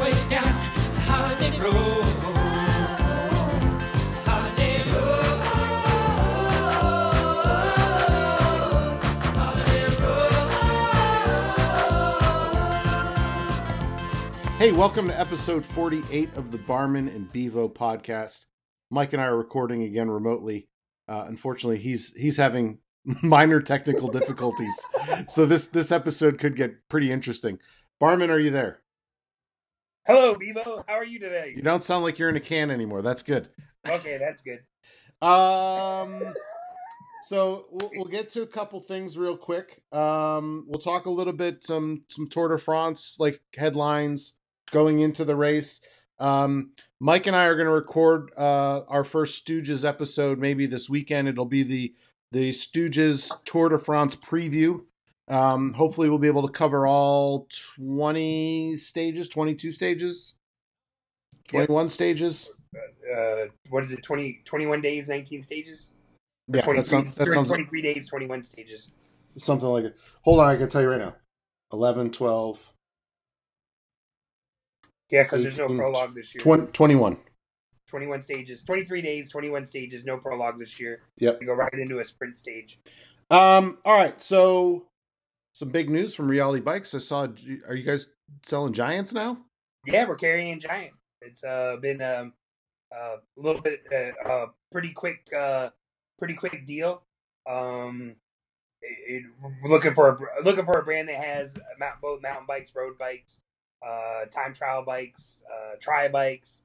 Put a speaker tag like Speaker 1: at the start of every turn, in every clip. Speaker 1: way down Holiday Road. Holiday Road.
Speaker 2: Hey, welcome to episode 48 of the Barman and Bevo podcast. Mike and I are recording again remotely. Uh, unfortunately, he's he's having minor technical difficulties, so this this episode could get pretty interesting. Barman, are you there?
Speaker 3: Hello, Bebo. How are you today?
Speaker 2: You don't sound like you're in a can anymore. That's good.
Speaker 3: Okay, that's good.
Speaker 2: Um, so we'll, we'll get to a couple things real quick. Um, we'll talk a little bit some some Tour de France like headlines going into the race. Um, Mike and I are going to record uh, our first Stooges episode maybe this weekend. It'll be the the Stooges Tour de France preview. Um, hopefully, we'll be able to cover all twenty stages, twenty two stages, twenty one stages.
Speaker 3: Uh, what is it? 20, 21 days, nineteen stages.
Speaker 2: Yeah, that sounds that sounds
Speaker 3: twenty-three days, twenty-one stages.
Speaker 2: something like it. Hold on, I can tell you right now. 11, 12,
Speaker 3: Yeah, because there's no
Speaker 2: 18,
Speaker 3: prologue this year.
Speaker 2: 20, 21.
Speaker 3: Twenty-one stages, twenty-three days, twenty-one stages. No prologue this year.
Speaker 2: Yep.
Speaker 3: We go right into a sprint stage.
Speaker 2: Um, all right, so some big news from Reality Bikes. I saw, are you guys selling Giants now?
Speaker 3: Yeah, we're carrying Giant. It's uh, been um, uh, a little bit uh, uh, pretty quick, uh, pretty quick deal. Um, it, it, we're looking for a br- looking for a brand that has mount, both mountain bikes, road bikes, uh, time trial bikes, uh, tri bikes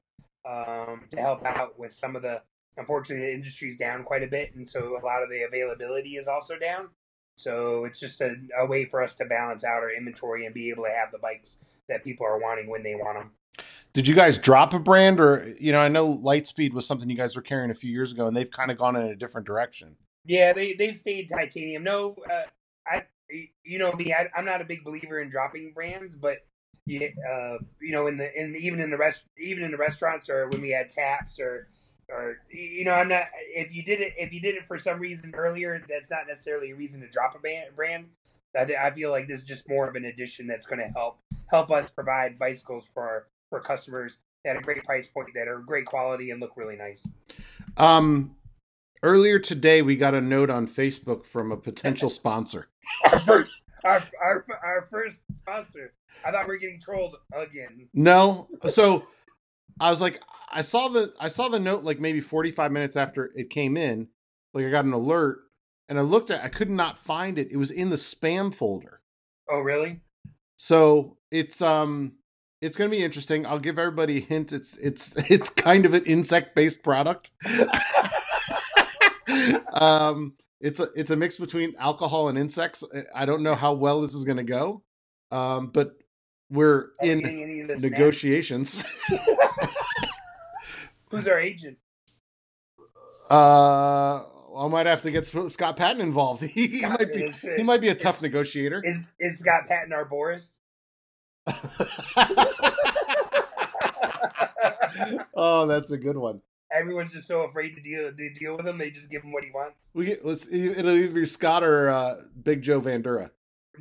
Speaker 3: um, to help out with some of the. Unfortunately, the industry's down quite a bit, and so a lot of the availability is also down. So it's just a, a way for us to balance out our inventory and be able to have the bikes that people are wanting when they want them.
Speaker 2: Did you guys drop a brand or, you know, I know Lightspeed was something you guys were carrying a few years ago and they've kind of gone in a different direction.
Speaker 3: Yeah, they they've stayed titanium. No, uh, I you know me, I, I'm not a big believer in dropping brands, but yeah, uh, you know, in the in even in the rest even in the restaurants or when we had taps or or you know, I'm not if you did it if you did it for some reason earlier, that's not necessarily a reason to drop a ban- brand. I, thi- I feel like this is just more of an addition that's going to help help us provide bicycles for our, for customers at a great price point that are great quality and look really nice.
Speaker 2: Um, earlier today, we got a note on Facebook from a potential sponsor.
Speaker 3: our first, our, our, our first sponsor. I thought we were getting trolled again.
Speaker 2: No. So I was like, I saw the I saw the note like maybe 45 minutes after it came in. Like I got an alert and I looked at I could not find it. It was in the spam folder.
Speaker 3: Oh, really?
Speaker 2: So it's um it's gonna be interesting. I'll give everybody a hint. It's it's it's kind of an insect based product. um it's a it's a mix between alcohol and insects. I- I don't know how well this is gonna go. Um but we're
Speaker 3: Are we
Speaker 2: in
Speaker 3: getting any of the snacks?
Speaker 2: negotiations.
Speaker 3: Who's our agent?
Speaker 2: Uh, I might have to get S- Scott Patton involved. He, he might be
Speaker 3: Is,
Speaker 2: he might be a tough negotiator.
Speaker 3: is, is Scott Patton our Boris?
Speaker 2: oh, that's a good one.
Speaker 3: Everyone's just so afraid to deal to deal with him. They just give him what he wants.
Speaker 2: We get let's, e, it'll either be Scott or uh, Big Joe Vandura.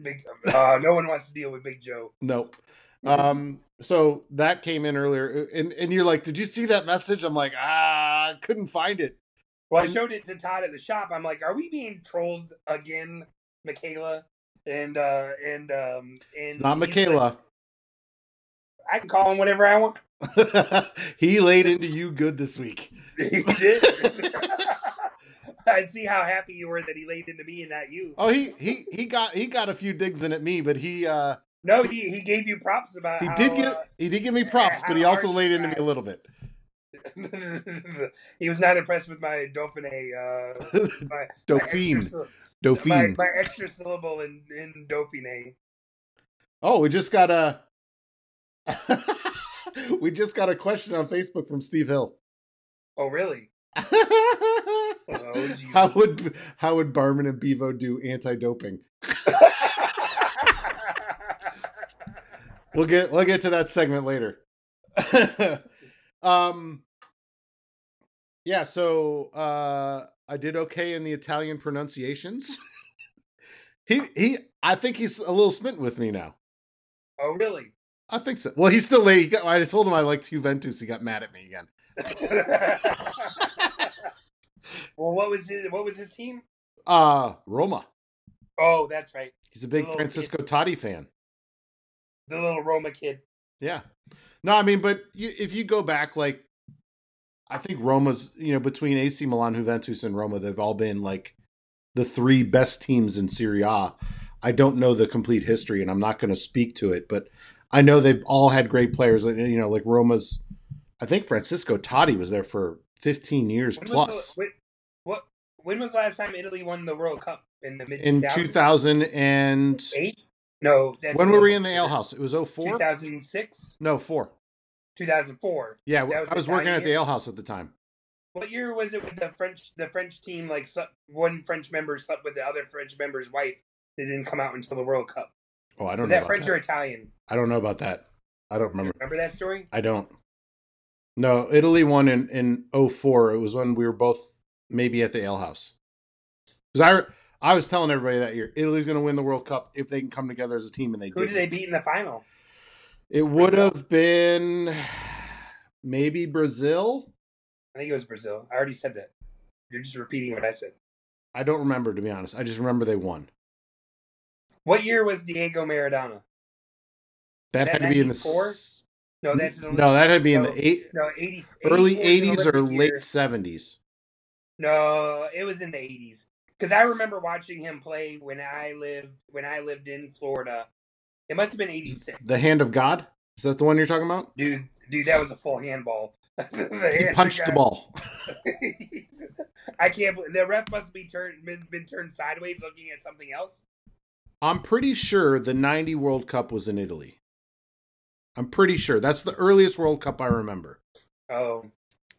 Speaker 3: Big, uh, no one wants to deal with Big Joe.
Speaker 2: Nope. Um, so that came in earlier, uh, and and you're like, did you see that message? I'm like, ah, couldn't find it.
Speaker 3: Well, I showed it to Todd at the shop. I'm like, are we being trolled again, Michaela? And uh and um and
Speaker 2: It's not
Speaker 3: he's like,
Speaker 2: Michaela.
Speaker 3: I can call him whatever I want.
Speaker 2: he laid into you good this week.
Speaker 3: He did. I see how happy you were that he laid into me and not you.
Speaker 2: Oh, he he he got he got a few digs in at me, but he uh
Speaker 3: No, he, he gave you props about
Speaker 2: He
Speaker 3: how, uh,
Speaker 2: did give he did give me props, but he
Speaker 3: how
Speaker 2: also
Speaker 3: hard
Speaker 2: laid
Speaker 3: you
Speaker 2: into me a
Speaker 3: tried.
Speaker 2: little bit.
Speaker 3: uh, he was not impressed with my Dauphiné. Uh, my, my
Speaker 2: Dauphine,
Speaker 3: extra, sy- my,
Speaker 2: Dauphine.
Speaker 3: my extra syllable in, in Dauphiné.
Speaker 2: Oh, we just got a we just got a question on Facebook from Steve Hill.
Speaker 3: Oh, really?
Speaker 2: how would how would Barman and Bevo do anti-doping? We'll get we'll get to that segment later. um, yeah. So uh, I did okay in the Italian pronunciations. he he. I think he's a little smitten with me now.
Speaker 3: oh, really?
Speaker 2: I think so. Well, he's still late. He got, I told him I liked Juventus. He got mad at me again.
Speaker 3: well, what was his what was his team?
Speaker 2: Uh Roma.
Speaker 3: Oh, that's right,
Speaker 2: He's a big
Speaker 3: Little
Speaker 2: Francisco Totti fan.
Speaker 3: the little Roma kid.
Speaker 2: Yeah. No, I mean, but you, if you go back, like, I think Roma's, you know, between AC Milan, Juventus, and Roma, they've all been like the three best teams in Serie A. I don't know the complete history, and I'm not going to speak to it, but I know they've all had great players. like, You know, like Roma's, I think Francisco Totti was there for 15 years
Speaker 3: When was
Speaker 2: plus
Speaker 3: the, when, what? When was the last time Italy won the World Cup in the mid
Speaker 2: in 2000 and
Speaker 3: eight? No, that's
Speaker 2: when were we in the ale house? It was 04?
Speaker 3: Two thousand six,
Speaker 2: No, four.
Speaker 3: two thousand four.
Speaker 2: Yeah,
Speaker 3: That was
Speaker 2: I was
Speaker 3: the
Speaker 2: working
Speaker 3: Italian
Speaker 2: at the ale house at the time.
Speaker 3: What year was it with the French? The French team like slept, one French member slept with the other French member's wife. They didn't come out until the World Cup.
Speaker 2: Oh, I don't
Speaker 3: Was
Speaker 2: know.
Speaker 3: that
Speaker 2: about
Speaker 3: French
Speaker 2: that.
Speaker 3: or Italian?
Speaker 2: I don't know about that. I don't remember.
Speaker 3: Remember that story?
Speaker 2: I don't. No, Italy won in in 04. It was when we were both maybe at the ale house. Because I I was telling everybody that year Italy's going to win the World Cup if they can come together as a team, and they
Speaker 3: Who
Speaker 2: did.
Speaker 3: did they beat in the final?
Speaker 2: It would have been maybe Brazil.
Speaker 3: I think it was Brazil. I already said that. You're just repeating what I said.
Speaker 2: I don't remember to be honest. I just remember they won.
Speaker 3: What year was Diego Maradona?
Speaker 2: That,
Speaker 3: that
Speaker 2: had to be in the
Speaker 3: 94?
Speaker 2: s-
Speaker 3: No, that's an
Speaker 2: no, that had to be in
Speaker 3: No.
Speaker 2: the eight,
Speaker 3: no eighty
Speaker 2: early
Speaker 3: 80
Speaker 2: 80s
Speaker 3: was an
Speaker 2: or
Speaker 3: Olympic
Speaker 2: late
Speaker 3: year.
Speaker 2: 70s.
Speaker 3: No, it was in the eighties because I remember watching him play when I lived when I lived in Florida. It must have been eighty six,
Speaker 2: The hand of God is that the one you're talking about?
Speaker 3: dude. Dude, that was a full handball.
Speaker 2: He punched the ball.
Speaker 3: I can't. believe The ref must be turned been, been turned sideways, looking at something else.
Speaker 2: I'm pretty sure the 90 World Cup was in Italy. I'm pretty sure. That's the earliest World Cup I remember.
Speaker 3: Oh,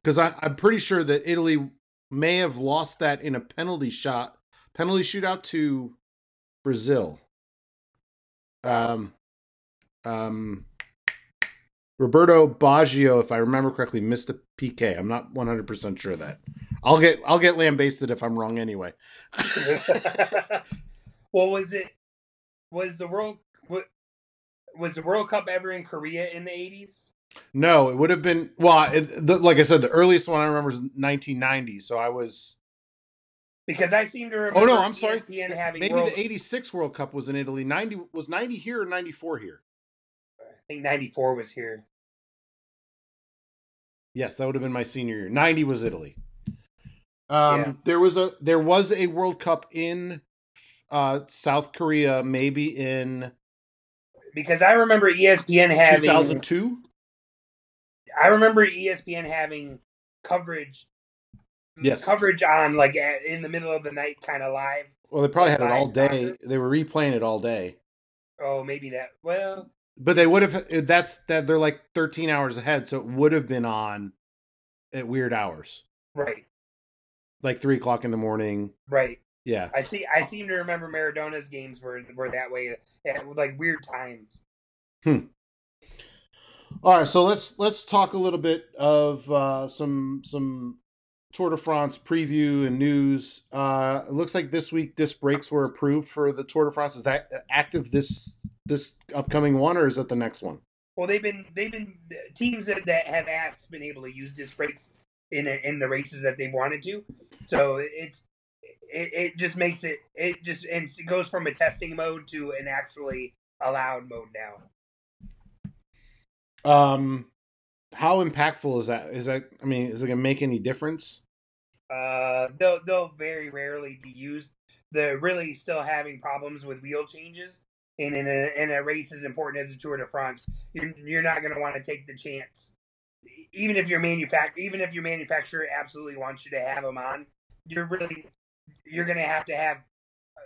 Speaker 2: Because I'm pretty sure that Italy may have lost that in a penalty shot, penalty shootout to Brazil. Um, um, Roberto Baggio, if I remember correctly, missed the PK. I'm not 100% sure of that. I'll get I'll get lambasted if I'm wrong anyway.
Speaker 3: well, was it? Was the world? wa- Was the World Cup ever in Korea in the eighties?
Speaker 2: No, it would have been well. It, the, like I said, the earliest one I remember is 1990. So I was.
Speaker 3: Because I seem to remember. E
Speaker 2: Oh no, I'm sorry.
Speaker 3: ESPN having
Speaker 2: Maybe
Speaker 3: World,
Speaker 2: the '86 World Cup was in Italy. '90 was '90 here or '94 here?
Speaker 3: I think '94 was here.
Speaker 2: Yes, that would have been my senior year. '90 was Italy. Um, there was a there was a World Cup in uh, South Korea, maybe in
Speaker 3: Because I remember E ESPN having.
Speaker 2: 2002.
Speaker 3: I remember E ESPN having coverage.
Speaker 2: Yes.
Speaker 3: Coverage on like at, in the middle of the night, kind of live.
Speaker 2: Well, they probably had it
Speaker 3: Live
Speaker 2: all day.
Speaker 3: soccer.
Speaker 2: They were replaying it all day.
Speaker 3: Oh, maybe that. Well,
Speaker 2: But they would have. That's that. They're like 13 hours ahead, so it would have been on at weird hours.
Speaker 3: right,
Speaker 2: like three o'clock in the morning.
Speaker 3: right.
Speaker 2: Yeah.
Speaker 3: I see. I seem to remember Maradona's games were were that way at like weird times.
Speaker 2: All right. So let's let's talk a little bit of uh, some some Tour de France preview and news. Uh, it looks like this week disc brakes were approved for the Tour de France. Is that active this this upcoming one or is that the next one?
Speaker 3: Well, they've been they've been teams that, that have asked been able to use disc brakes in in the races that they've wanted to. So it's it, it just makes it it just and it goes from a testing mode to an actually allowed mode now.
Speaker 2: Um, how impactful is that? Is that I mean, is it gonna make any difference?
Speaker 3: Uh, they'll they'll very rarely be used. They're really still having problems with wheel changes, and in a, in a race as important as the Tour de France, you're you're not going to want to take the chance, even if your manufact even if your manufacturer absolutely wants you to have them on, you're really you're going to have to have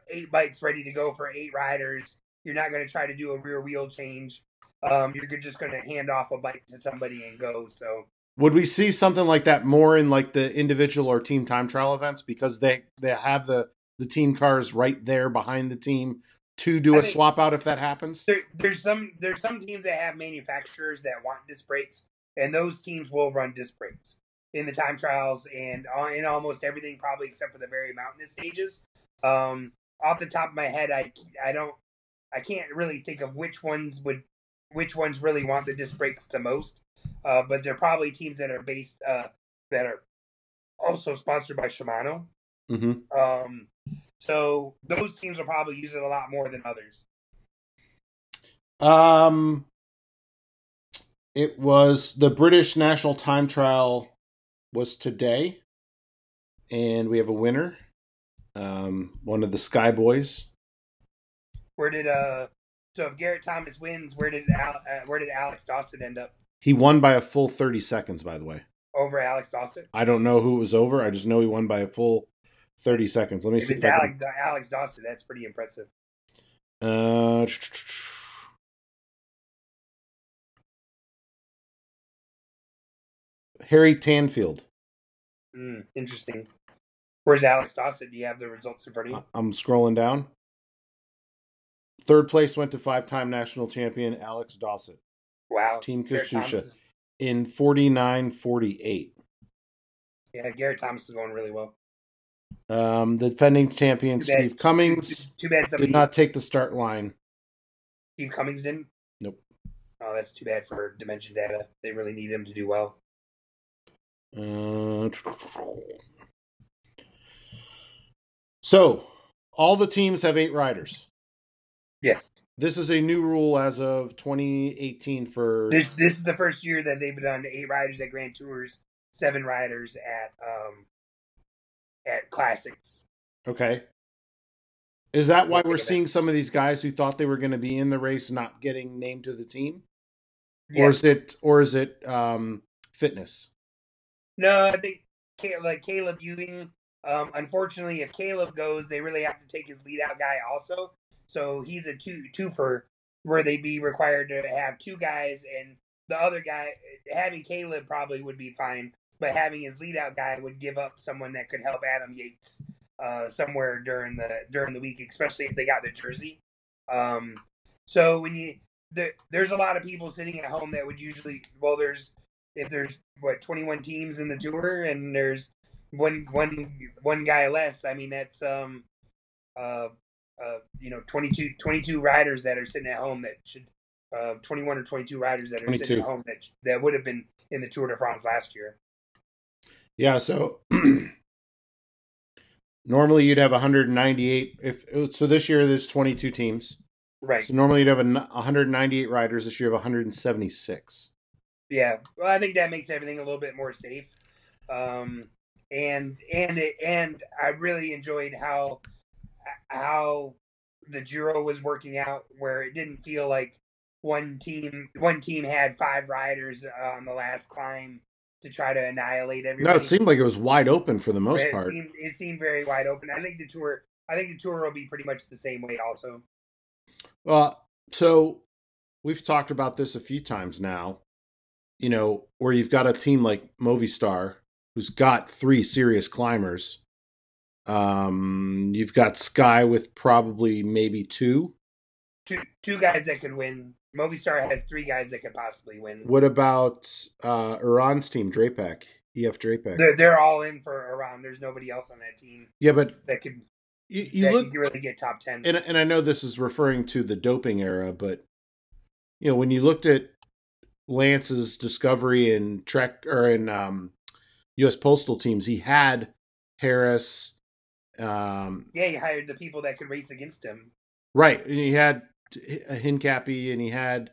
Speaker 3: eight bikes ready to go for eight riders. You're not going to try to do a rear wheel change. Um, you're just going to hand off a bike to somebody and go. So
Speaker 2: Would we see something like that more in like the individual or team time trial events because they they have the the team cars right there behind the team to do
Speaker 3: I
Speaker 2: a
Speaker 3: think-
Speaker 2: swap out if that happens?
Speaker 3: there, there's some there's some teams that have manufacturers that want disc brakes, and those teams will run disc brakes in the time trials and on, in almost everything, probably except for the very mountainous stages. Um, off the top of my head, I I don't I can't really think of which ones would which ones really want the disc brakes the most. Uh, but they're probably teams that are based uh, that are also sponsored by Shimano.
Speaker 2: Mm-hmm.
Speaker 3: Um, so those teams will probably use it a lot more than others.
Speaker 2: Um, it was the British national time trial was today, and we have a winner. Um, one of the Sky Boys.
Speaker 3: Where did uh? So if Garrett Thomas wins, where did Al, uh, where did Alex Dawson end up?
Speaker 2: He won by a full thirty seconds. By the way,
Speaker 3: Over Alex Dawson.
Speaker 2: I don't know who it was over. I just know he won by a full thirty seconds. Let me
Speaker 3: If
Speaker 2: see. If
Speaker 3: it's
Speaker 2: I can-
Speaker 3: Alex, Alex Dawson, that's pretty impressive.
Speaker 2: Uh, uh, Harry Tanfield.
Speaker 3: Mm, interesting. Where's Alex Dawson? Do you have the results in front of
Speaker 2: I-
Speaker 3: you?
Speaker 2: I'm scrolling down. Third place went to five-time national champion Alex Dawson.
Speaker 3: Wow.
Speaker 2: Team
Speaker 3: Garrett Thomas
Speaker 2: Kasusha
Speaker 3: is-
Speaker 2: in 49-48.
Speaker 3: yeah, Garrett Thomas is going really well.
Speaker 2: Um, the defending champion
Speaker 3: Too bad-
Speaker 2: Steve Cummings
Speaker 3: Too, too bad
Speaker 2: did
Speaker 3: somebody
Speaker 2: not take the start line.
Speaker 3: Steve Cummings didn't.
Speaker 2: Nope.
Speaker 3: Oh, that's too bad for Dimension Data. They really need him to do well.
Speaker 2: Uh, so, all the teams have eight riders.
Speaker 3: Yes.
Speaker 2: This is a new rule as of 2018 for
Speaker 3: This this is the first year that they've done eight riders at Grand Tours, seven riders at um at classics.
Speaker 2: okay. Is that why
Speaker 3: We'll
Speaker 2: we're
Speaker 3: think of it.
Speaker 2: seeing some of these guys who thought they were going to be in the race not getting named to the team, or
Speaker 3: Yes.
Speaker 2: is it or is it um, fitness?
Speaker 3: No, I think Ca- like Caleb Ewing. Um, unfortunately, if Caleb goes, they really have to take his lead out guy also. So he's a two twofer where they'd be required to have two guys, and the other guy having Caleb probably would be fine, but having his lead out guy would give up someone that could help Adam Yates uh, somewhere during the during the week, especially if they got their jersey. Um, so when you there, there's a lot of people sitting at home that would usually well there's if there's what 21 teams in the tour and there's one one one guy less i mean that's um uh uh you know 22 22 riders that are sitting at home that should uh 21 or 22 riders that are sitting
Speaker 2: 22.
Speaker 3: at home that sh- that would have been in the tour de france last year
Speaker 2: Yeah, so normally you'd have 198 if oh, so this year there's 22 teams.
Speaker 3: right
Speaker 2: So normally you'd have a n- 198 riders, this year you have 176.
Speaker 3: yeah well i think that makes everything a little bit more safe um and and it and i really enjoyed how how the Giro was working out, where it didn't feel like one team one team had five riders uh, on the last climb to try to annihilate
Speaker 2: No,
Speaker 3: everybody.
Speaker 2: it seemed like it was wide open for the most
Speaker 3: it
Speaker 2: part.
Speaker 3: Seemed, it seemed very wide open. I think the tour. I think the tour will be pretty much the same way. Also,
Speaker 2: Well, Uh, so we've talked about this a few times now. You know, where you've got a team like Movistar, who's got three serious climbers. Um, you've got Sky with probably maybe two.
Speaker 3: two two guys that could win. Movistar has three guys that could possibly win.
Speaker 2: What about uh Iran's team, E Drapac, EF Drapac?
Speaker 3: They're, they're all in for Iran. There's nobody else on that team
Speaker 2: yeah, but
Speaker 3: that could
Speaker 2: you,
Speaker 3: that
Speaker 2: you look,
Speaker 3: could really get top ten.
Speaker 2: and and I know this is referring to the doping era, but you know when you looked at Lance's discovery in Trek or in um, U.S. postal teams, he had Harris, um,
Speaker 3: yeah, he hired the people that could race against him.
Speaker 2: right? And he had a Hincappy, and he had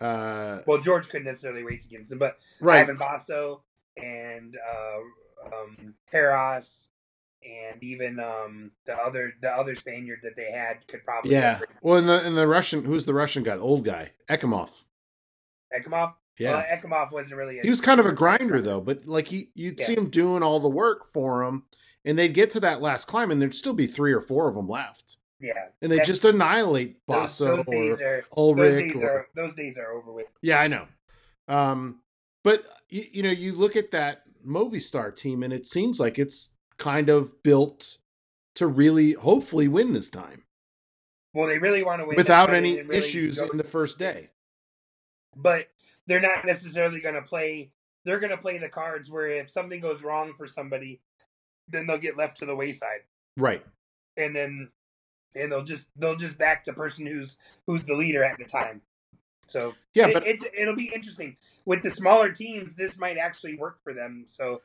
Speaker 2: uh,
Speaker 3: Well, George couldn't necessarily race against him, but
Speaker 2: right.
Speaker 3: Ivan Basso and uh, um, Terras and even um, the other the other Spaniard that they had could probably
Speaker 2: Yeah. Well, and the and the Russian, who's the Russian guy? The old guy, Ekimov.
Speaker 3: Ekimov.
Speaker 2: Yeah.
Speaker 3: well, Ekimov wasn't really. A,
Speaker 2: he was kind of a grinder though but like he you'd see him doing all the work for him and they'd get to that last climb and there'd still be three or four of them left
Speaker 3: Yeah,
Speaker 2: and they
Speaker 3: That-
Speaker 2: just annihilate
Speaker 3: those,
Speaker 2: Basso
Speaker 3: those
Speaker 2: or
Speaker 3: days are those
Speaker 2: Ulrich
Speaker 3: days
Speaker 2: or-
Speaker 3: are those days are over with.
Speaker 2: yeah I know um but you, you know you look at that Movistar team and it seems like it's kind of built to really hopefully win this time
Speaker 3: Well, they really want to win
Speaker 2: without
Speaker 3: but
Speaker 2: any
Speaker 3: they really
Speaker 2: issues
Speaker 3: don't-
Speaker 2: in the first day
Speaker 3: but they're not necessarily going to play. They're going to play the cards where if something goes wrong for somebody, then they'll get left to the wayside.
Speaker 2: right
Speaker 3: and then and they'll just they'll just back the person who's who's the leader at the time. So
Speaker 2: Yeah,
Speaker 3: it-
Speaker 2: but
Speaker 3: it's it'll be interesting with the smaller teams. This might actually work for them. So,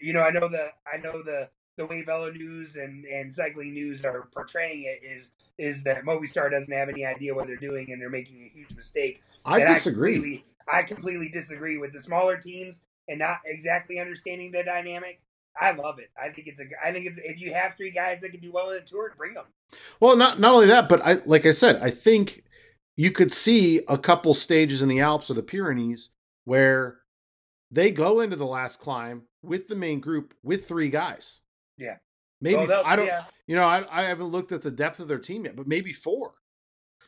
Speaker 3: you know, I know the I know the the way Velo News and and Cycling News are portraying it is is that Movistar doesn't have any idea what they're doing and they're making a huge mistake.
Speaker 2: I
Speaker 3: And
Speaker 2: disagree.
Speaker 3: completely- I completely disagree with the smaller teams and not exactly understanding the dynamic. I love it. I think it's a. I think it's if you have three guys that can do well in a tour, bring them.
Speaker 2: Well, not not only that, but I like I said, I think you could see a couple stages in the Alps or the Pyrenees where they go into the last climb with the main group with three guys.
Speaker 3: Yeah.
Speaker 2: Maybe
Speaker 3: Well,
Speaker 2: I don't
Speaker 3: yeah.
Speaker 2: you know, I I haven't looked at the depth of their team yet, but maybe four.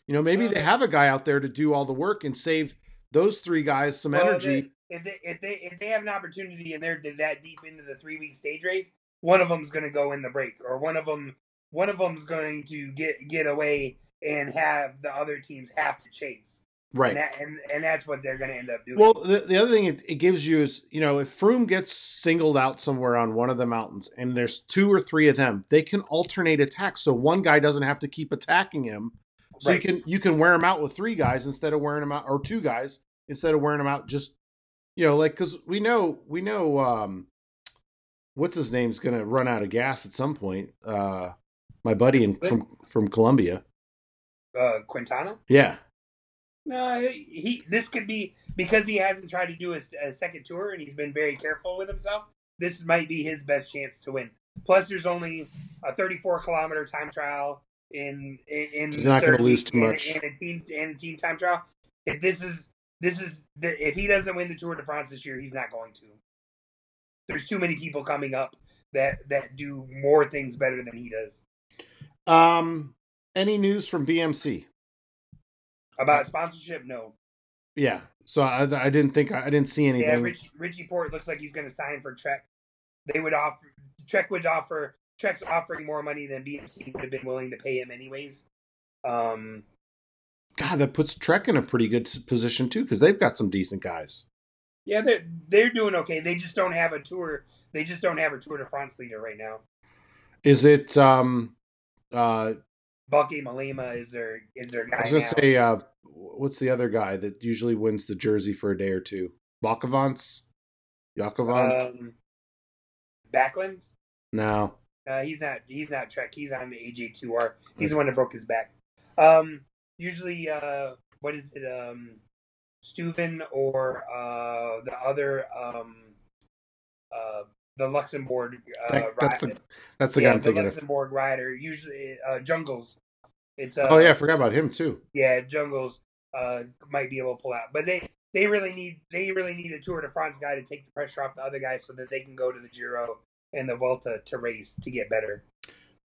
Speaker 2: You know, maybe
Speaker 3: Well-
Speaker 2: they have a guy out there to do all the work and save those three guys some
Speaker 3: Well,
Speaker 2: energy.
Speaker 3: They, if they if they if they have an opportunity and they're that deep into the three week stage race, one of them's going to go in the break, or one of them one of them's going to get get away and have the other teams have to chase.
Speaker 2: right.
Speaker 3: And that, and, and that's what they're going to end up doing.
Speaker 2: Well, the, the other thing it, it gives you is, you know, if Froome gets singled out somewhere on one of the mountains and there's two or three of them, they can alternate attacks. So one guy doesn't have to keep attacking him. So
Speaker 3: Right.
Speaker 2: you can you can wear him out with three guys instead of wearing him out or two guys instead of wearing him out just you know, like cuz we know we know um what's his name's going to run out of gas at some point. Uh my buddy in, from from Colombia.
Speaker 3: uh, Quintana,
Speaker 2: Yeah.
Speaker 3: no, he, he this could be because he hasn't tried to do a, a second tour and he's been very careful with himself. This might be his best chance to win. Plus, there's only a 34 kilometer time trial in in, in
Speaker 2: He's not gonna
Speaker 3: third
Speaker 2: lose
Speaker 3: week
Speaker 2: too
Speaker 3: and-
Speaker 2: much.
Speaker 3: And, a team and a team time trial. If this is this is the, if he doesn't win the Tour de France this year, he's not going to. There's too many people coming up that that do more things better than he does.
Speaker 2: Um any news from BMC?
Speaker 3: About sponsorship, no.
Speaker 2: Yeah. So I, I didn't think I didn't see anything.
Speaker 3: Yeah, Richie, Richie Port looks like he's going to sign for Trek. They would offer Trek would offer Trek's offering more money than BMC would have been willing to pay him anyways. Um,
Speaker 2: God, that puts Trek in a pretty good s- position too because they've got some decent guys.
Speaker 3: yeah, they're they're doing okay. They just don't have a tour. They just don't have a Tour de France leader right now.
Speaker 2: Is it? um uh
Speaker 3: Bucky Malema is their is their guy
Speaker 2: I was
Speaker 3: now.
Speaker 2: gonna say, uh what's the other guy that usually wins the jersey for a day or two? Bakovants? Yakovants?
Speaker 3: um, Backlund's.
Speaker 2: no.
Speaker 3: Uh, he's not. He's not Trek. He's on the AJ2R. He's
Speaker 2: Hmm.
Speaker 3: the one that broke his back. Um, usually, uh, what is it? Um, Steuven or uh, the other um, uh, the Luxembourg. Uh,
Speaker 2: That- that's the
Speaker 3: rider.
Speaker 2: that's the
Speaker 3: yeah,
Speaker 2: guy I'm
Speaker 3: the
Speaker 2: thinking of.
Speaker 3: Luxembourg rider. Usually, uh, Jungles. It's uh,
Speaker 2: Oh yeah, I forgot about him too.
Speaker 3: yeah, Jungles uh, might be able to pull out, but they they really need they really need a Tour de France guy to take the pressure off the other guys so that they can go to the Giro and the Vuelta to race to get better.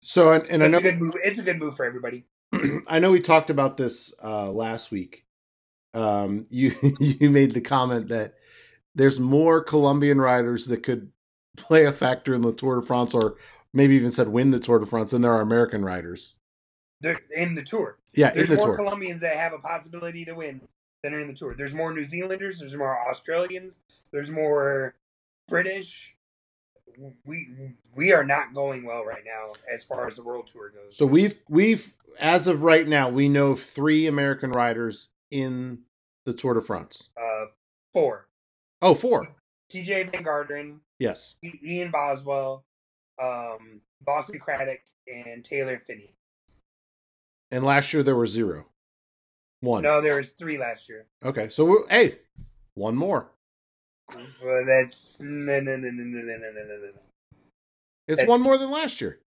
Speaker 2: So and, and I
Speaker 3: it's
Speaker 2: know
Speaker 3: a good move. It's a good move for everybody.
Speaker 2: I know we talked about this uh, last week. Um, you you made the comment that there's more Colombian riders that could play a factor in the Tour de France, or maybe even said win the Tour de France, than there are American riders.
Speaker 3: They're in the tour.
Speaker 2: Yeah,
Speaker 3: There's
Speaker 2: in the
Speaker 3: more
Speaker 2: Tour.
Speaker 3: Colombians that have a possibility to win than are in the tour. There's more New Zealanders. There's more Australians. There's more British. We we are not going well right now as far as the world tour goes.
Speaker 2: so we've we've as of right now we know of three American riders in the Tour de France.
Speaker 3: uh, four.
Speaker 2: Oh, four.
Speaker 3: T.J. Van Garderen,
Speaker 2: Yes.
Speaker 3: I- Ian Boswell, um, Boston Craddock, and Taylor Finney.
Speaker 2: And last year there were zero. One.
Speaker 3: No, there was three last year.
Speaker 2: Okay. So we're, hey, one more.
Speaker 3: Well, that's no no no no no no no no no.
Speaker 2: It's
Speaker 3: That's-
Speaker 2: one more than last year.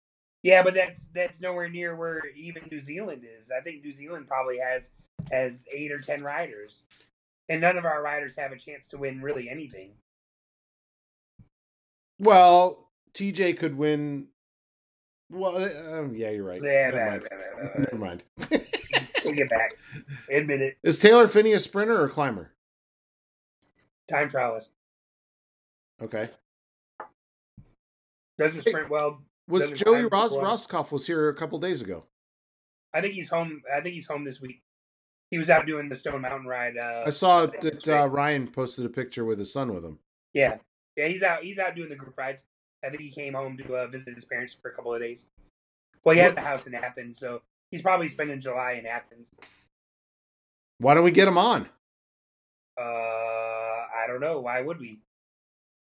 Speaker 3: Yeah, but that's that's nowhere near where even New Zealand is. I think New Zealand probably has has eight or ten riders, and none of our riders have a chance to win really anything.
Speaker 2: Well, TJ could win. Well, um, yeah, you're right.
Speaker 3: Yeah,
Speaker 2: Never mind. Never mind.
Speaker 3: take it back. Admit it.
Speaker 2: Is Taylor Finney a sprinter or a climber?
Speaker 3: Time trialist
Speaker 2: Okay.
Speaker 3: doesn't sprint well.
Speaker 2: Was
Speaker 3: Doesn't
Speaker 2: Joey
Speaker 3: climb
Speaker 2: Ros-
Speaker 3: well.
Speaker 2: Roscoff was here a couple days ago?
Speaker 3: I think he's home. I think he's home this week. He was out doing the Stone Mountain ride. Uh,
Speaker 2: I saw
Speaker 3: that's
Speaker 2: that
Speaker 3: great.
Speaker 2: uh, Ryan posted a picture with his son with him.
Speaker 3: Yeah, yeah, he's out. He's out doing the group rides. I think he came home to uh, visit his parents for a couple of days. Well, he has a house in Athens, so he's probably spending July in Athens.
Speaker 2: Why don't we get him on?
Speaker 3: Uh, I don't know. Why would we?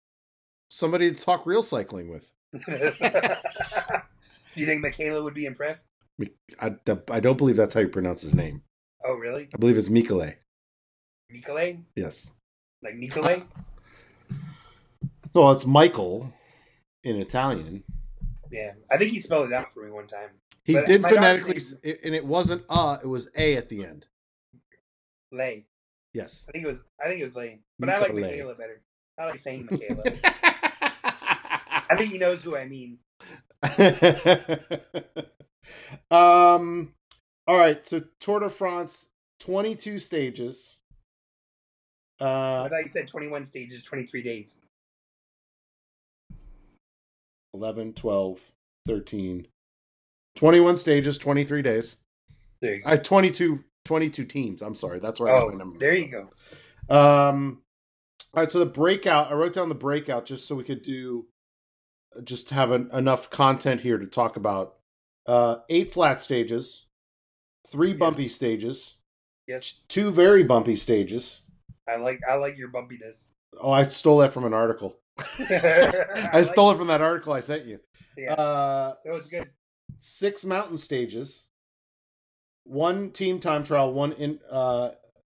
Speaker 2: Somebody to talk real cycling with.
Speaker 3: Do you think Michaela would be impressed?
Speaker 2: I, that- I don't believe that's how you pronounce his name.
Speaker 3: Oh, really?
Speaker 2: I believe it's Mikale.
Speaker 3: Nicolay?
Speaker 2: Yes.
Speaker 3: Like Nicolay?
Speaker 2: Well, it's Michael in Italian.
Speaker 3: Yeah. I think he spelled it out for me one time.
Speaker 2: He
Speaker 3: But
Speaker 2: did
Speaker 3: my daughter's
Speaker 2: phonetically,
Speaker 3: name-
Speaker 2: s- it- and it wasn't uh, it was a at the end.
Speaker 3: Lay.
Speaker 2: Yes.
Speaker 3: I think it was. I think it was Lay. But I like
Speaker 2: Nicolay.
Speaker 3: Michaela better. I like saying Michaela. I think he knows who I mean.
Speaker 2: um. All right. So Tour de France, twenty-two stages.
Speaker 3: I
Speaker 2: Uh,
Speaker 3: thought you said 21 stages, 23 days.
Speaker 2: 11, 12, 13, 21 stages, 23 days.
Speaker 3: There you go.
Speaker 2: I 22, 22 teams. I'm sorry. That's where I was my
Speaker 3: Oh,
Speaker 2: number.
Speaker 3: there you go.
Speaker 2: Um, all right, so the breakout. I wrote down the breakout just so we could do, uh, just have en- enough content here to talk about. Uh, eight flat stages, three bumpy stages,
Speaker 3: Yes,
Speaker 2: two very bumpy stages.
Speaker 3: I like I like your bumpiness.
Speaker 2: Oh, I stole that from an article. I,
Speaker 3: I
Speaker 2: stole it from that article I sent you.
Speaker 3: Yeah.
Speaker 2: Uh,
Speaker 3: That was good.
Speaker 2: s- Six mountain stages, one team time trial, one in, uh,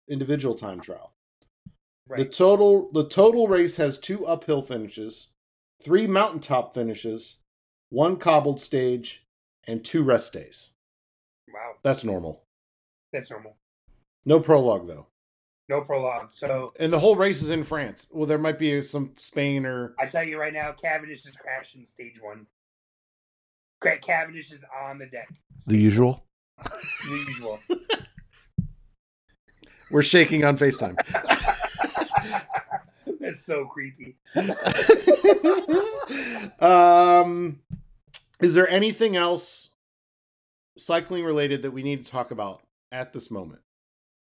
Speaker 2: individual time trial. The
Speaker 3: Right.
Speaker 2: total the total race has two uphill finishes, three mountaintop finishes, one cobbled stage, and two rest days.
Speaker 3: Wow,
Speaker 2: That's normal.
Speaker 3: that's normal.
Speaker 2: No prologue though.
Speaker 3: No prologue. So
Speaker 2: And the whole race is in France. Well, there might be some Spain or
Speaker 3: I tell you right now, Cavendish is crashing stage one. Cra- Cavendish is on the deck.
Speaker 4: The usual.
Speaker 3: The usual.
Speaker 2: we're shaking on FaceTime.
Speaker 3: that's so creepy.
Speaker 2: um is there anything else cycling related that we need to talk about at this moment?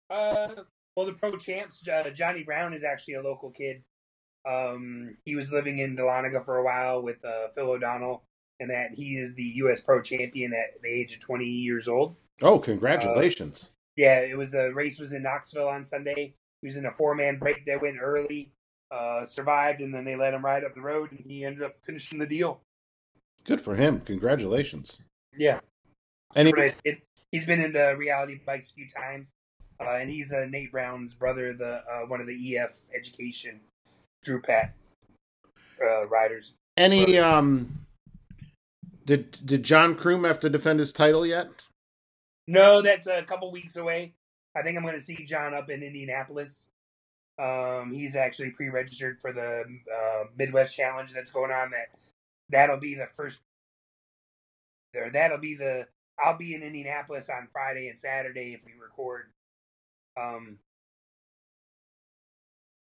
Speaker 3: Uh, well, the pro champs, uh, Johnny Brown is actually a local kid. Um, he was living in Dahlonega for a while with uh, Phil O'Donnell, and that he is the U.S. pro champion at the age of 20 years old.
Speaker 2: Oh, congratulations.
Speaker 3: Yeah, it was the race was in Knoxville on Sunday. He was in a four man break that went early, uh, survived, and then they let him ride up the road, and he ended up finishing the deal.
Speaker 2: Good for him. Congratulations.
Speaker 3: Yeah,
Speaker 2: Any
Speaker 3: But it- he's been in the reality bikes a few times, uh, and he's uh, Nate Brown's brother, the uh, one of the EF education group at uh, riders.
Speaker 2: Any um did did John Kroom have to defend his title yet?
Speaker 3: No, that's a couple weeks away. I think I'm going to see John up in Indianapolis. Um, he's actually pre-registered for the uh, Midwest Challenge that's going on. That that'll be the first, or that'll be the. I'll be in Indianapolis on Friday and Saturday if we record. Um,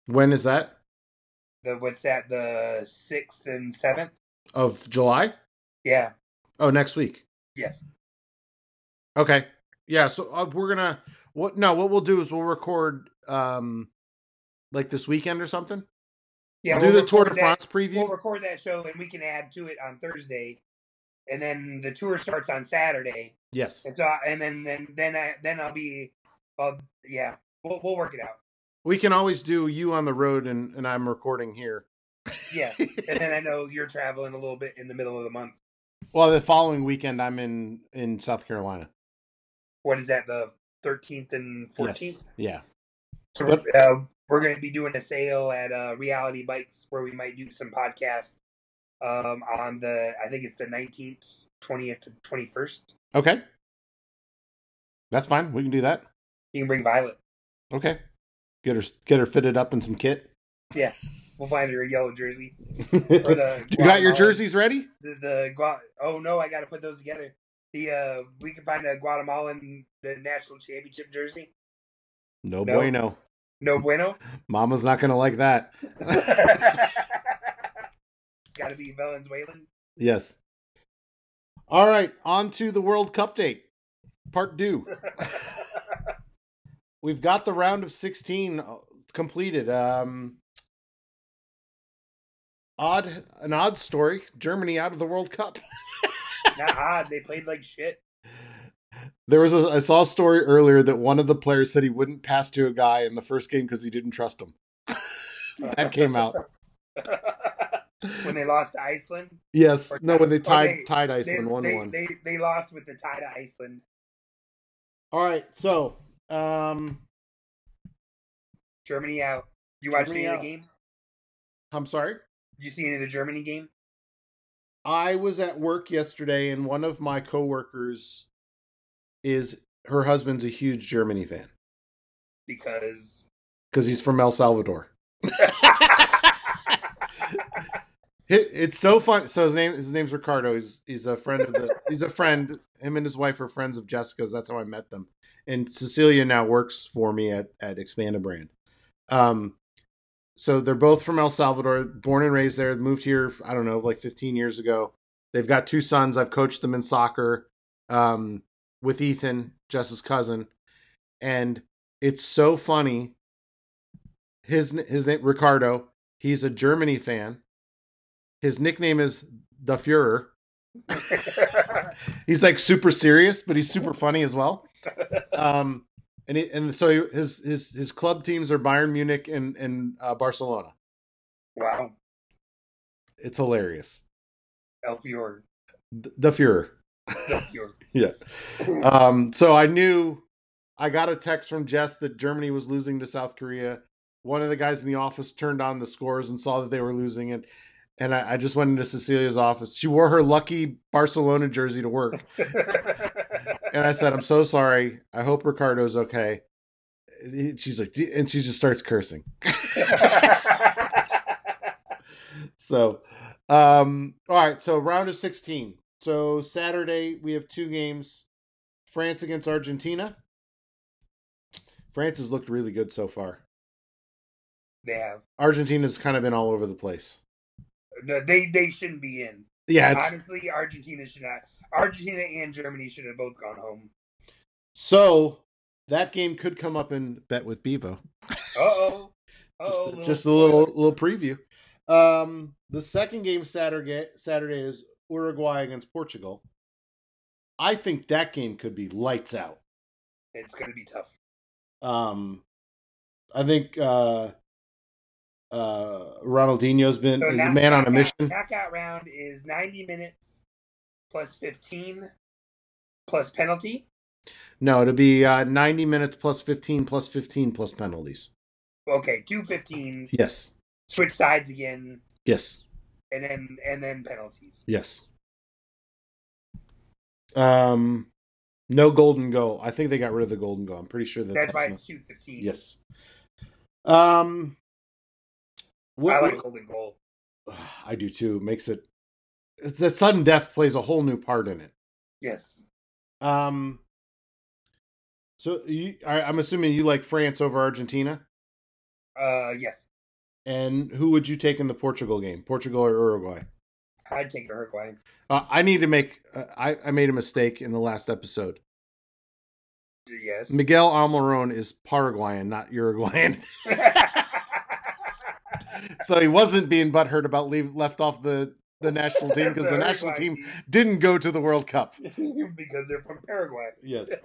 Speaker 2: When is that?
Speaker 3: the what's that? The sixth and seventh.
Speaker 2: Of July?
Speaker 3: Yeah.
Speaker 2: Oh, next week.
Speaker 3: Yes.
Speaker 2: Okay. Yeah, so uh, we're going to what no, what we'll do is we'll record um like this weekend or something.
Speaker 3: Yeah.
Speaker 2: do
Speaker 3: we'll
Speaker 2: the Tour de
Speaker 3: record
Speaker 2: France
Speaker 3: that-
Speaker 2: preview.
Speaker 3: We'll record that show and we can add to it on Thursday, and then the tour starts on Saturday.
Speaker 2: yes.
Speaker 3: And so, and then then then I then I'll be, well, yeah, we'll we'll work it out.
Speaker 2: We can always do you on the road and and I'm recording here.
Speaker 3: Yeah, and then I know you're traveling a little bit in the middle of the month.
Speaker 2: Well, the following weekend I'm in in South Carolina.
Speaker 3: What is that? The thirteenth and fourteenth.
Speaker 2: Yes.
Speaker 3: So we're, uh, we're going to be doing a sale at uh, Reality Bites where we might do some podcasts um, on the I think it's the nineteenth, twentieth, to twenty first.
Speaker 2: Yeah. Okay. That's fine. We can do that.
Speaker 3: You can bring Violet.
Speaker 2: Okay. Get her get her fitted up in some kit.
Speaker 3: We'll find her a yellow jersey.
Speaker 2: you
Speaker 3: Or the
Speaker 2: got your
Speaker 3: Guatemalan-
Speaker 2: jerseys ready?
Speaker 3: the, the Gua- oh no, I got to put those together. The uh, we can find a Guatemalan the national championship jersey.
Speaker 2: No,
Speaker 3: No.
Speaker 2: bueno.
Speaker 3: No bueno.
Speaker 2: Mama's not gonna like that.
Speaker 3: it's got to be Venezuelan.
Speaker 2: yes. All right, on to the World Cup date. Part two. We've got the round of sixteen uh, completed. Um odd an odd story. Germany out of the World Cup.
Speaker 3: Not odd. They played like shit.
Speaker 2: There was a I saw a story earlier that one of the players said he wouldn't pass to a guy in the first game because he didn't trust him. that came out.
Speaker 3: when they lost to Iceland.
Speaker 2: Yes.
Speaker 3: Or-
Speaker 2: No, when they
Speaker 3: or
Speaker 2: tied
Speaker 3: they-
Speaker 2: tied
Speaker 3: They,
Speaker 2: Iceland one
Speaker 3: they,
Speaker 2: one.
Speaker 3: They, they lost with the tie to Iceland.
Speaker 2: All right. So um
Speaker 3: Germany out. You watch
Speaker 2: Germany
Speaker 3: any of
Speaker 2: out.
Speaker 3: the games?
Speaker 2: I'm sorry.
Speaker 3: Did you see any of the Germany game?
Speaker 2: I was at work yesterday and one of my coworkers is her husband's a huge Germany fan
Speaker 3: Because
Speaker 2: because he's from El Salvador. It, it's so fun. So his name his name's Ricardo. He's he's a friend of the he's a friend. Him and his wife are friends of Jessica's. That's how I met them. And Cecilia now works for me at at Expanda Brand. Um, so they're both from El Salvador, born and raised there. Moved here, I don't know, like 15 years ago. They've got two sons. I've coached them in soccer um, with Ethan, Jess's cousin, and it's so funny. His his name Ricardo. He's a Germany fan. His nickname is the Führer. He's like super serious, but he's super funny as well. Um, and he, and so his his his club teams are Bayern Munich and and uh, Barcelona.
Speaker 3: wow,
Speaker 2: It's hilarious.
Speaker 3: El Fior,
Speaker 2: Th- The Führer.
Speaker 3: El Fior.
Speaker 2: Um, so I knew I got a text from Jess that Germany was losing to South Korea. One of the guys in the office turned on the scores and saw that they were losing it. And I, I just went into Cecilia's office. She wore her lucky Barcelona jersey to work. and I said, "I'm so sorry. I hope Ricardo's okay." And She's like, "D-" and she just starts cursing. So, um, all right. So round of 16. So Saturday we have two games: France against Argentina. France has looked really good so far.
Speaker 3: they have.
Speaker 2: Argentina's kind of been all over the place.
Speaker 3: No, they they shouldn't be in.
Speaker 2: Yeah, it's,
Speaker 3: Honestly, Argentina should not. Argentina and Germany should have both gone home.
Speaker 2: so that game could come up in bet with Bevo.
Speaker 3: Uh oh.
Speaker 2: just,
Speaker 3: Oh,
Speaker 2: just a little little preview. Um, the second game Saturday Saturday is Uruguay against Portugal. I think that game could be lights out.
Speaker 3: It's gonna be tough.
Speaker 2: Um, I think uh, uh, Ronaldinho's been
Speaker 3: So
Speaker 2: is a
Speaker 3: knock-
Speaker 2: man on a
Speaker 3: knockout-
Speaker 2: mission.
Speaker 3: Knockout round is 90 minutes plus 15 plus penalty.
Speaker 2: No, it'll be uh, ninety minutes plus fifteen plus fifteen plus penalties.
Speaker 3: Okay, two 15s.
Speaker 2: Yes,
Speaker 3: Switch sides again,
Speaker 2: yes,
Speaker 3: and then and then penalties.
Speaker 2: yes. Um, no golden goal. I think they got rid of the golden goal. I'm pretty sure that
Speaker 3: That's why
Speaker 2: not-
Speaker 3: it's two 15.
Speaker 2: Yes. Um.
Speaker 3: I
Speaker 2: What,
Speaker 3: like golden goal.
Speaker 2: what- I do too. Makes it that sudden death plays a whole new part in it.
Speaker 3: Yes.
Speaker 2: Um. So you, I, I'm assuming you like France over Argentina,
Speaker 3: Uh, yes.
Speaker 2: and who would you take in the Portugal game, Portugal or Uruguay?
Speaker 3: I'd take Uruguay.
Speaker 2: Uh, I need to make. Uh, I I made a mistake in the last episode.
Speaker 3: Yes.
Speaker 2: Miguel Almiron is Paraguayan, not Uruguayan, so he wasn't being butthurt about leave left off the the national team because the national
Speaker 3: Uruguay
Speaker 2: team didn't go to the World Cup.
Speaker 3: team, because they're from Paraguay.
Speaker 2: Yes.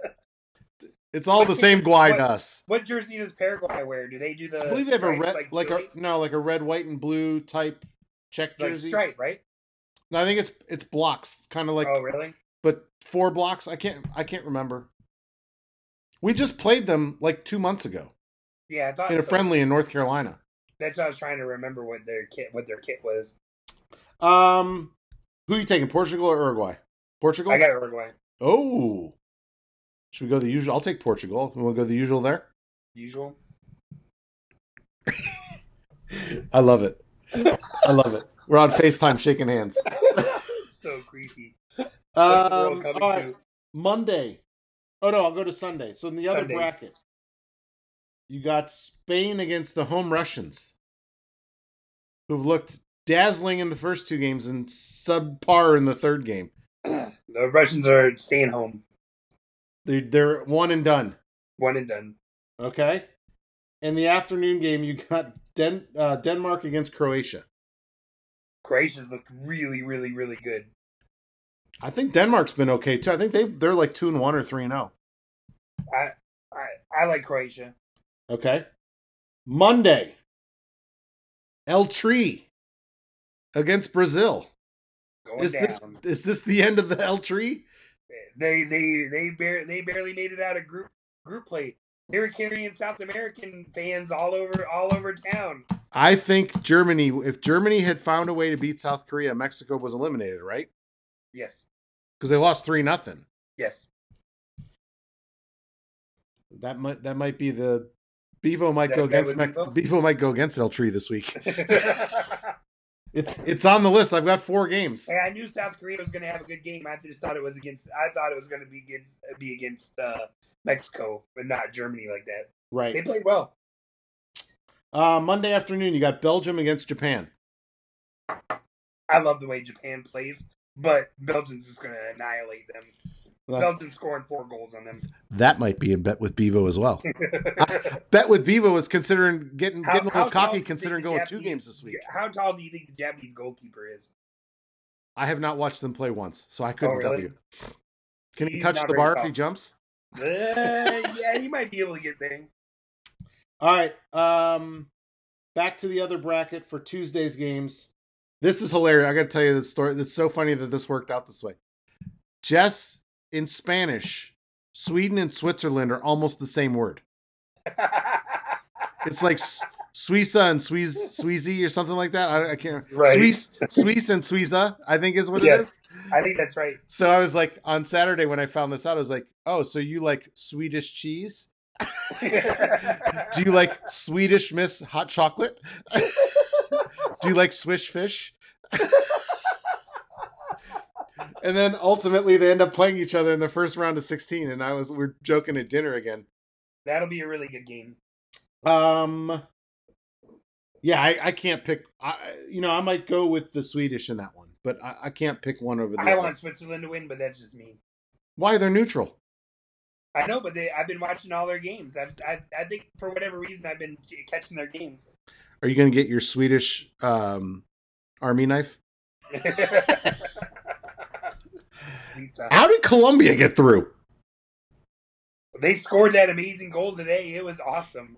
Speaker 2: It's all
Speaker 3: What
Speaker 2: the
Speaker 3: is-
Speaker 2: same guy
Speaker 3: what-
Speaker 2: to us.
Speaker 3: What jersey does Paraguay wear? Do they do the
Speaker 2: I believe they have a
Speaker 3: stripe,
Speaker 2: red,
Speaker 3: like,
Speaker 2: like,
Speaker 3: Chile?
Speaker 2: a no, like a red, white, and blue type check
Speaker 3: Like
Speaker 2: jersey.
Speaker 3: stripe, right?
Speaker 2: no, I think it's it's blocks, kind of like,
Speaker 3: oh, really?
Speaker 2: but four blocks. I can't, I can't remember. We just played them like two months ago
Speaker 3: Yeah, I thought
Speaker 2: in a
Speaker 3: so.
Speaker 2: friendly in North Carolina.
Speaker 3: That's what I was trying to remember what their kit what their kit was.
Speaker 2: Um, who you taking, Portugal or Uruguay? Portugal.
Speaker 3: I got Uruguay.
Speaker 2: oh, should we go the usual? I'll take Portugal. We want to go the usual there.
Speaker 3: Usual.
Speaker 2: I love it. I love it. We're on Facetime shaking hands.
Speaker 3: so creepy. Like the World
Speaker 2: Um,
Speaker 3: Cup
Speaker 2: all right,
Speaker 3: again.
Speaker 2: Monday. Oh no, I'll go to Sunday. So in the other
Speaker 3: Sunday.
Speaker 2: bracket, you got Spain against the home Russians, who've looked dazzling in the first two games and subpar in the third game.
Speaker 3: The Russians are staying home.
Speaker 2: They're, they're one and done.
Speaker 3: One and done.
Speaker 2: Okay. In the afternoon game, you got Den- uh, Denmark against Croatia.
Speaker 3: Croatia's look really, really, really good.
Speaker 2: I think Denmark's been okay too. I think they they're like two and one or three and oh. zero.
Speaker 3: I, I like Croatia.
Speaker 2: Okay. Monday, El Tree against Brazil.
Speaker 3: Going
Speaker 2: Is
Speaker 3: down.
Speaker 2: this is this the end of the El Tree?
Speaker 3: They they they barely they barely made it out of group group play. They were carrying South American fans all over all over town.
Speaker 2: I think Germany. If Germany had found a way to beat South Korea, Mexico was eliminated, right?
Speaker 3: Yes,
Speaker 2: Because they lost three nothing.
Speaker 3: yes.
Speaker 2: That might that might be the Bevo might
Speaker 3: That-
Speaker 2: go
Speaker 3: that
Speaker 2: against
Speaker 3: was
Speaker 2: Mex-
Speaker 3: Bevo?
Speaker 2: Bevo might go against El Tree this week. It's it's on the list. I've got four games.
Speaker 3: Hey, I knew South Korea was going to have a good game. I just thought it was against. I thought it was going to be against be against uh, Mexico, but not Germany like that. They
Speaker 2: Right.
Speaker 3: played well.
Speaker 2: Uh, Monday afternoon, you got Belgium against Japan.
Speaker 3: I love the way Japan plays, but Belgium's just going to annihilate them.
Speaker 2: Well-
Speaker 3: Belgium scoring four goals on them.
Speaker 2: That might be in bet with Bevo as well. Bet with Bevo is considering getting
Speaker 3: How-
Speaker 2: getting a
Speaker 3: how
Speaker 2: little
Speaker 3: tall do
Speaker 2: cocky
Speaker 3: you
Speaker 2: considering
Speaker 3: think the
Speaker 2: going two
Speaker 3: Japanese-
Speaker 2: games this week.
Speaker 3: How tall do you think the Japanese goalkeeper is?
Speaker 2: I have not watched them play once, so I couldn't tell
Speaker 3: really?
Speaker 2: you. Can he
Speaker 3: He's
Speaker 2: touch
Speaker 3: not
Speaker 2: the
Speaker 3: very
Speaker 2: bar if he
Speaker 3: tall.
Speaker 2: jumps?
Speaker 3: Uh, yeah, he might be able to get there.
Speaker 2: All right. Um, back to the other bracket for Tuesday's games. This is hilarious. I got to tell you this story. It's so funny that this worked out this way. Jess in Spanish, Sweden and Switzerland are almost the same word. It's like S- Suiza and Swiss Sweezy or something like that. I, I can't.
Speaker 3: Right.
Speaker 2: Swiss, Swiss and Suiza, I think is what it
Speaker 3: Yes.
Speaker 2: is.
Speaker 3: I think that's right.
Speaker 2: So I was like, on Saturday when I found this out, I was like, oh, so you like Swedish cheese? Do you like Swedish Miss hot chocolate? Do you like swish fish? and then ultimately they end up playing each other in the first round of 16 and I was we're joking at dinner again.
Speaker 3: That'll be a really good game.
Speaker 2: Um yeah, I, I can't pick. I you know I might go with the Swedish in that one, but I, I can't pick one over the
Speaker 3: I
Speaker 2: other.
Speaker 3: want Switzerland to win, but that's just me.
Speaker 2: Why they're neutral?
Speaker 3: I know, but they, I've been watching all their games. I've, I, I think for whatever reason, I've been ch- catching their games.
Speaker 2: Are you going to get your Swedish um, army knife?
Speaker 3: Sweet stuff.
Speaker 2: How did Colombia get through?
Speaker 3: they scored that amazing goal today. It was awesome.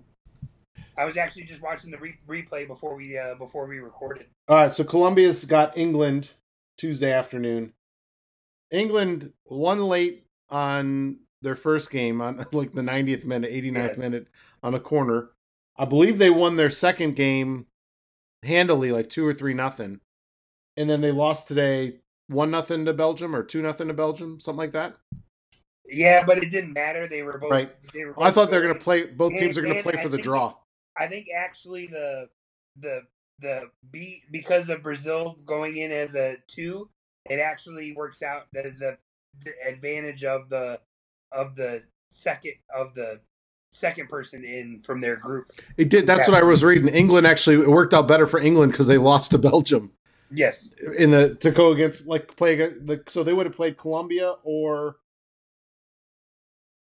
Speaker 3: I was actually just watching the re- replay before we uh, before we recorded.
Speaker 2: All right, so Colombia's got England Tuesday afternoon. England won late on their first game on like the 90th minute, 89th
Speaker 3: Yes.
Speaker 2: minute on a corner. I believe they won their second game handily, like two or three nothing. And then they lost today one nothing to Belgium or two nothing to Belgium, something like that.
Speaker 3: Yeah, but it didn't matter. They were both.
Speaker 2: Right.
Speaker 3: They were both
Speaker 2: I thought they were going to
Speaker 3: scoring.
Speaker 2: play. Both teams are going to
Speaker 3: And-
Speaker 2: play
Speaker 3: and
Speaker 2: for
Speaker 3: I
Speaker 2: the
Speaker 3: think-
Speaker 2: draw.
Speaker 3: I think actually the the the B because of Brazil going in as a two, it actually works out the the, the advantage of the of the second of the second person in from their group.
Speaker 2: It did. That's what I was reading. England actually it worked out better for England because they lost to Belgium
Speaker 3: Yes.
Speaker 2: in the to go against like play against the so they would have played Colombia or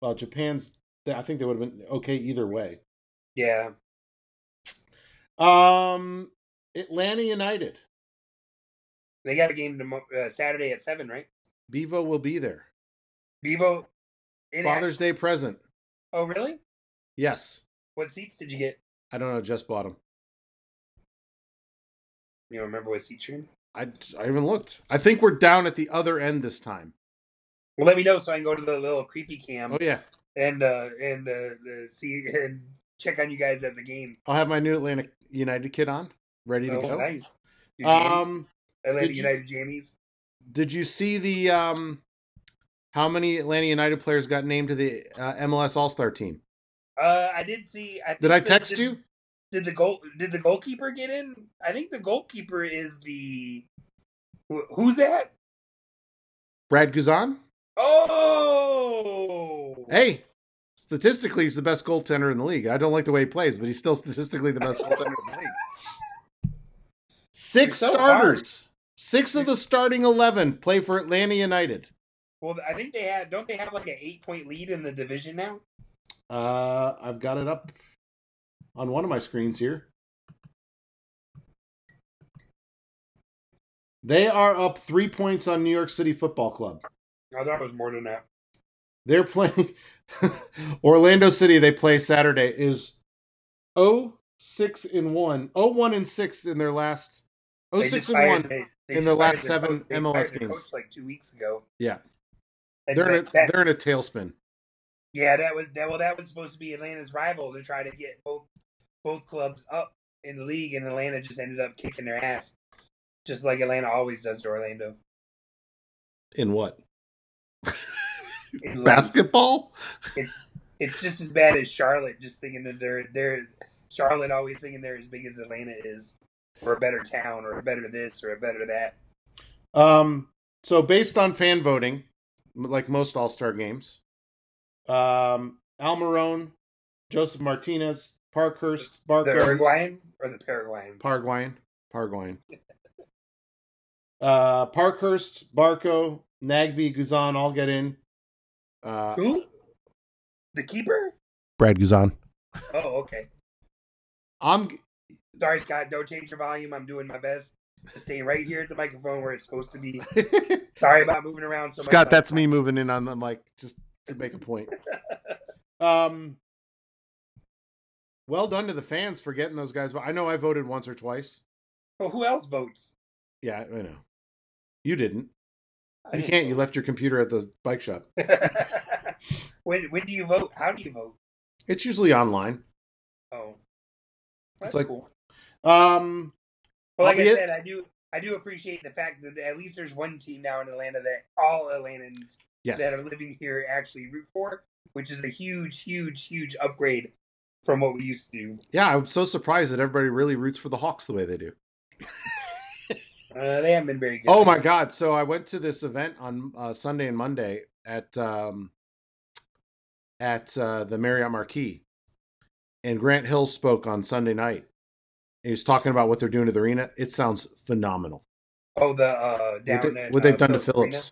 Speaker 2: well Japan's. I think they would have been okay either way.
Speaker 3: Yeah.
Speaker 2: Um, Atlanta United.
Speaker 3: They got a game tomorrow, uh, Saturday at seven, right?
Speaker 2: Bevo will be there.
Speaker 3: Bevo. it
Speaker 2: Father's Day present.
Speaker 3: act- oh really?
Speaker 2: Yes,
Speaker 3: What seats did you get?
Speaker 2: I don't know. Just bought them.
Speaker 3: You don't remember what seats you're in?
Speaker 2: I I even looked. I think we're down at the other end this time.
Speaker 3: Well, let me know so I can go to the little creepy cam
Speaker 2: Oh yeah,
Speaker 3: and uh and uh, uh see and check on you guys at the game.
Speaker 2: I'll have my new Atlanta United kit on, ready to
Speaker 3: Oh,
Speaker 2: go.
Speaker 3: nice. Your jammies,
Speaker 2: Um.
Speaker 3: Atlanta
Speaker 2: did you-
Speaker 3: United jammies.
Speaker 2: Did you see the um how many Atlanta United players got named to the uh, MLS All Star team?
Speaker 3: Uh, I did see. I think
Speaker 2: Did I
Speaker 3: the-
Speaker 2: text
Speaker 3: did-
Speaker 2: you?
Speaker 3: Did the goal? Did the goalkeeper get in? I think the goalkeeper is the. wh- Who's that?
Speaker 2: Brad Guzan?
Speaker 3: Oh,
Speaker 2: Hey, statistically, he's the best goaltender in the league. I don't like the way he plays, but he's still statistically the best goaltender in the league. Six
Speaker 3: You're so
Speaker 2: starters, six of the starting eleven play for Atlanta United.
Speaker 3: Well, I think they had. Don't they have like an eight-point lead in the division now?
Speaker 2: Uh, I've got it up on one of my screens here. They are up three points on New York City Football Club.
Speaker 3: I thought it was more than that.
Speaker 2: They're playing Orlando City. They play Saturday. Is oh six and one, oh one and six in their last oh
Speaker 3: They
Speaker 2: six
Speaker 3: just
Speaker 2: and
Speaker 3: fired-
Speaker 2: one.
Speaker 3: they- they
Speaker 2: in
Speaker 3: just
Speaker 2: the
Speaker 3: fired
Speaker 2: last
Speaker 3: their
Speaker 2: seven
Speaker 3: coach- they
Speaker 2: MLS
Speaker 3: fired their
Speaker 2: games.
Speaker 3: coach Like two weeks ago.
Speaker 2: Yeah.
Speaker 3: And
Speaker 2: They're in
Speaker 3: that-
Speaker 2: a,
Speaker 3: that-
Speaker 2: they're in a tailspin.
Speaker 3: yeah, that was that. Well, that was supposed to be Atlanta's rival to try to get both both clubs up in the league, and Atlanta just ended up kicking their ass, just like Atlanta always does to Orlando.
Speaker 2: In what
Speaker 3: In league.
Speaker 2: basketball?
Speaker 3: It's it's just as bad as Charlotte. Just thinking that they're they're Charlotte always thinking they're as big as Atlanta is, or a better town, or a better this, or a better that.
Speaker 2: Um. So based on fan voting, m- like most All Star games, um, Al Marone, Joseph Martinez, Parkhurst,
Speaker 3: The
Speaker 2: Barker,
Speaker 3: Uruguayan or the Paraguayan.
Speaker 2: Paraguayan. Paraguayan. Uh, Parkhurst, Barco, Nagby, Guzan all get in. Uh,
Speaker 3: Who? The keeper?
Speaker 2: Brad Guzan.
Speaker 3: Oh, okay.
Speaker 2: I'm
Speaker 3: Sorry, Scott. Don't change your volume. I'm doing my best to stay right here at the microphone where it's supposed to be. Sorry about moving around so much.
Speaker 2: Scott. That's me moving in on the mic just to make a point. um, well done to the fans for getting those guys. I know I voted once or twice.
Speaker 3: Well, who else votes?
Speaker 2: Yeah, I know. You didn't.
Speaker 3: I
Speaker 2: you
Speaker 3: didn't
Speaker 2: can't. You
Speaker 3: vote.
Speaker 2: left your computer at the bike shop.
Speaker 3: when when do you vote? How do you vote?
Speaker 2: It's usually online.
Speaker 3: Oh,
Speaker 2: It's like-
Speaker 3: cool.
Speaker 2: Um,
Speaker 3: Well, like I
Speaker 2: albeit-
Speaker 3: said, I do I do appreciate the fact that at least there's one team now in Atlanta that all Atlantans
Speaker 2: yes.
Speaker 3: that are living here actually root for, which is a huge, huge, huge upgrade from what we used to do.
Speaker 2: Yeah, I'm so surprised that everybody really roots for the Hawks the way they do.
Speaker 3: Uh, they haven't been very good.
Speaker 2: Oh my god! So I went to this event on uh, Sunday and Monday at um, at uh, the Marriott Marquis, and Grant Hill spoke on Sunday night. He was talking about what they're doing to the arena. It sounds phenomenal.
Speaker 3: Oh, the uh, down
Speaker 2: What, they,
Speaker 3: at,
Speaker 2: what they've
Speaker 3: uh,
Speaker 2: done to
Speaker 3: Phillips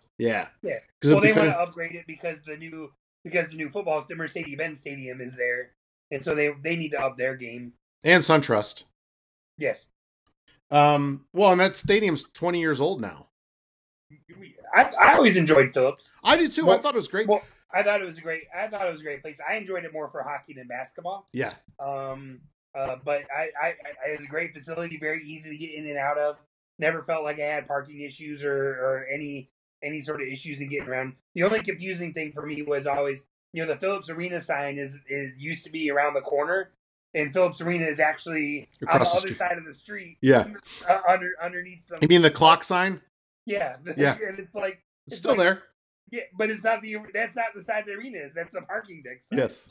Speaker 2: Phillips, yeah,
Speaker 3: Yeah.
Speaker 2: Because
Speaker 3: Arena. Well, they want to upgrade it because the new because the new football the Mercedes-Benz Stadium is there, and so they they need to up their game.
Speaker 2: and SunTrust.
Speaker 3: Yes,
Speaker 2: Um, well, and that stadium's 20 years old now.
Speaker 3: I I always enjoyed Phillips.
Speaker 2: I do too. I
Speaker 3: Well-
Speaker 2: thought it was great.
Speaker 3: well- I thought it was a great I thought it was a great place. I enjoyed it more for hockey than basketball.
Speaker 2: yeah,
Speaker 3: Um, uh, but I, I, I, it was a great facility, very easy to get in and out of. Never felt like I had parking issues or, or any any sort of issues in getting around. The only confusing thing for me was always, you know, the Phillips Arena sign is is used to be around the corner, and Phillips Arena is actually on the,
Speaker 2: Across the
Speaker 3: other
Speaker 2: street.
Speaker 3: side of the street,
Speaker 2: yeah.
Speaker 3: uh, under underneath some.
Speaker 2: You mean the clock sign?
Speaker 3: Yeah,
Speaker 2: Yeah.
Speaker 3: and it's like,
Speaker 2: It's
Speaker 3: It's
Speaker 2: still
Speaker 3: like-
Speaker 2: there.
Speaker 3: yeah, but it's not the that's not the side the arena is. That's the parking deck. Side.
Speaker 2: Yes.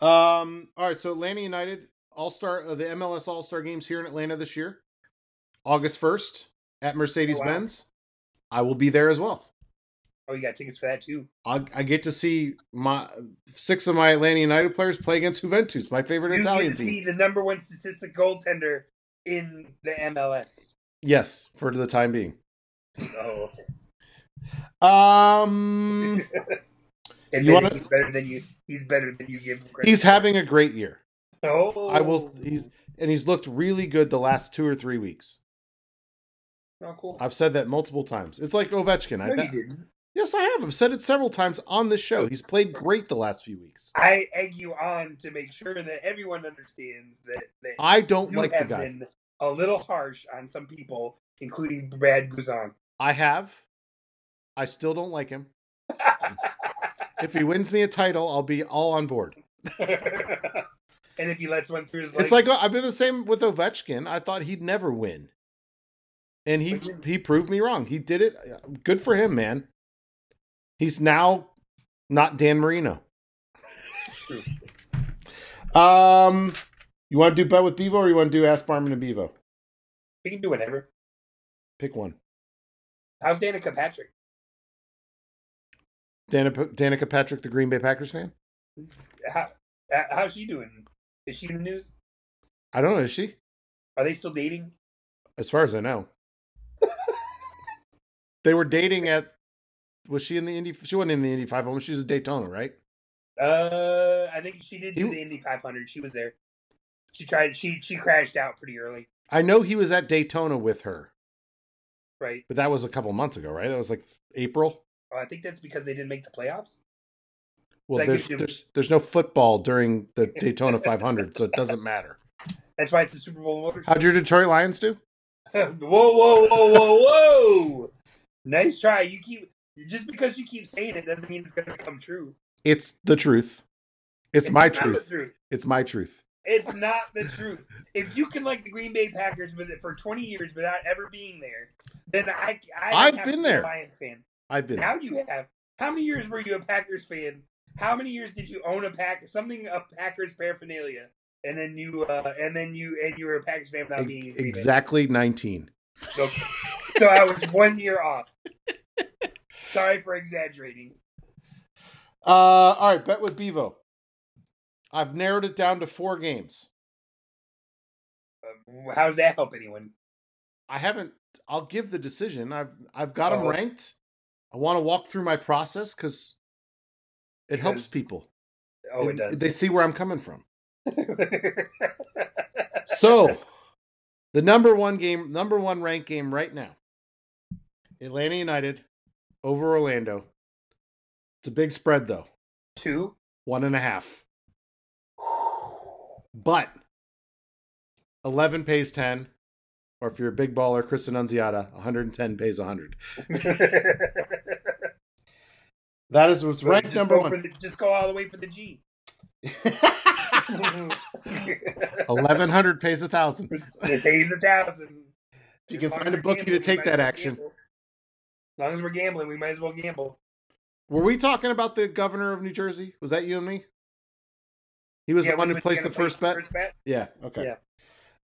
Speaker 2: Um. All right. So Atlanta United All Star uh, the MLS All Star games here in Atlanta this year, August first at Mercedes Benz. I will be there as well.
Speaker 3: oh, you got tickets for that too.
Speaker 2: I, I get to see my six of my Atlanta United players play against Juventus, my favorite
Speaker 3: you
Speaker 2: Italian
Speaker 3: get to
Speaker 2: team.
Speaker 3: see the number one statistic goaltender in the MLS.
Speaker 2: Yes, for the time being.
Speaker 3: Oh, okay.
Speaker 2: Um,
Speaker 3: And
Speaker 2: You
Speaker 3: then
Speaker 2: wanna-
Speaker 3: he's better than you. He's better than you give him credit.
Speaker 2: he's having a great year,
Speaker 3: Oh,
Speaker 2: I will- he's- and he's looked really good the last two or three weeks.
Speaker 3: Oh, cool.
Speaker 2: I've said that multiple times. It's like Ovechkin.
Speaker 3: no,
Speaker 2: I
Speaker 3: you didn't.
Speaker 2: yes, I have. I've said it several times on this show. He's played great the last few weeks.
Speaker 3: I egg you on to make sure that everyone understands that, that
Speaker 2: I don't
Speaker 3: you
Speaker 2: like the
Speaker 3: have
Speaker 2: guy.
Speaker 3: been a little harsh on some people, including Brad Guzan.
Speaker 2: I have. I still don't like him. If he wins me a title, I'll be all on board.
Speaker 3: and if he lets one through,
Speaker 2: it's like I've been the same with Ovechkin. I thought he'd never win, and he
Speaker 3: But you-
Speaker 2: he proved me wrong. He did it. uh, Good for him, man. He's now not Dan Marino.
Speaker 3: True.
Speaker 2: Um, you want to do bet with Bevo or you want to do Ask Barman and Bevo?
Speaker 3: we can do whatever.
Speaker 2: Pick one.
Speaker 3: How's Danica Patrick?
Speaker 2: Danica, Danica Patrick, the Green Bay Packers fan.
Speaker 3: How, uh, how's she doing? Is she in the news?
Speaker 2: I don't know. Is she?
Speaker 3: Are they still dating?
Speaker 2: As far as I know. they were dating at was she in the Indy she wasn't in the Indy 500, she was a Daytona, right?
Speaker 3: Uh, I think she did do
Speaker 2: You-
Speaker 3: the Indy 500. She was there. She tried. She she crashed out pretty early.
Speaker 2: I know he was at Daytona with her.
Speaker 3: right?
Speaker 2: But that was a couple months ago, right? That was like April.
Speaker 3: Oh, I think that's because they didn't make the playoffs.
Speaker 2: Well,
Speaker 3: That
Speaker 2: there's,
Speaker 3: gives you-
Speaker 2: there's there's no football during the Daytona 500, so it doesn't matter.
Speaker 3: That's why it's the Super Bowl. Motors.
Speaker 2: How'd your Detroit Lions do?
Speaker 3: whoa, whoa, whoa, whoa, whoa! nice try. You keep just because you keep saying it doesn't mean it's gonna come true.
Speaker 2: It's the truth. It's my
Speaker 3: not the
Speaker 2: truth. It's my truth.
Speaker 3: It's not the truth. If you can like the Green Bay Packers with it for 20 years without ever being there, then I, I
Speaker 2: I've
Speaker 3: have
Speaker 2: been
Speaker 3: to be a
Speaker 2: there.
Speaker 3: Lions fan.
Speaker 2: I've been.
Speaker 3: Now you have. How many years were you a Packers fan? How many years did you own a pack something a Packers paraphernalia, and then you uh, and then you and you were a Packers fan without being
Speaker 2: e-
Speaker 3: in Green Bay?
Speaker 2: exactly 19.
Speaker 3: So, so I was one year off. Sorry for exaggerating.
Speaker 2: Uh, all right, bet with Bevo. I've narrowed it down to four games.
Speaker 3: Um, How does that help anyone?
Speaker 2: I haven't. I'll give the decision. I've I've got them
Speaker 3: Oh.
Speaker 2: ranked. I want to walk through my process because it helps
Speaker 3: Because-
Speaker 2: people.
Speaker 3: Oh, it
Speaker 2: And
Speaker 3: does.
Speaker 2: They see where I'm coming from. So, the number one game, number one ranked game right now, Atlanta United over Orlando. It's a big spread though,
Speaker 3: Two.
Speaker 2: one and a half. But eleven pays ten, or if you're a big baller, Chris Annunziata, 110 pays 100. That is what's ranked
Speaker 3: Just
Speaker 2: number
Speaker 3: go
Speaker 2: one.
Speaker 3: for the- just go all the way for the G.
Speaker 2: 1100 pays a thousand.
Speaker 3: It pays a thousand.
Speaker 2: If you can
Speaker 3: As long
Speaker 2: find
Speaker 3: as
Speaker 2: a
Speaker 3: we're
Speaker 2: bookie to
Speaker 3: gambling, we
Speaker 2: take
Speaker 3: might
Speaker 2: that
Speaker 3: as well
Speaker 2: action.
Speaker 3: gamble. As long as we're gambling, we might as well gamble.
Speaker 2: Were we talking about the governor of New Jersey? Was that you and me? He was
Speaker 3: Yeah,
Speaker 2: the one
Speaker 3: we
Speaker 2: who
Speaker 3: went
Speaker 2: placed the
Speaker 3: together,
Speaker 2: first bet.
Speaker 3: First bet.
Speaker 2: Yeah. Okay.
Speaker 3: Yeah.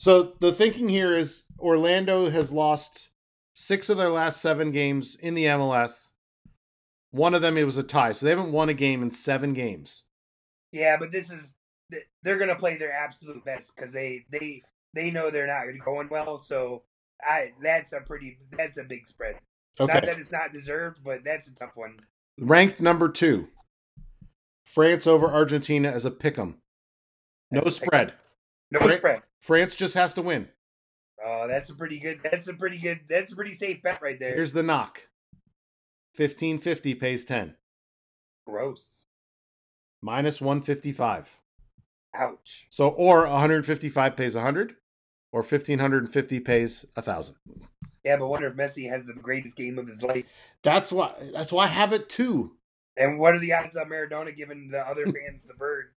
Speaker 2: So the thinking here is Orlando has lost six of their last seven games in the MLS. One of them it was a tie, so they haven't won a game in seven games.
Speaker 3: Yeah, but this is they're gonna play their absolute best because they they they know they're not going well. So I that's a pretty that's a big spread. Not that it's not deserved, but that's a tough one.
Speaker 2: Ranked number two, France over Argentina as a pick'em. No
Speaker 3: As a pick 'em.
Speaker 2: spread.
Speaker 3: No
Speaker 2: Fra-
Speaker 3: spread.
Speaker 2: France just has to win.
Speaker 3: Oh, that's a pretty good. That's a pretty good. That's a pretty safe bet right there.
Speaker 2: Here's the knock. Fifteen fifty pays ten.
Speaker 3: Gross.
Speaker 2: Minus one fifty five.
Speaker 3: Ouch.
Speaker 2: So or 155 pays 100 or 1550 pays 1000.
Speaker 3: Yeah, but wonder if Messi has the greatest game of his life.
Speaker 2: That's why that's why I have it too.
Speaker 3: And what are the odds on Maradona giving the other fans the bird?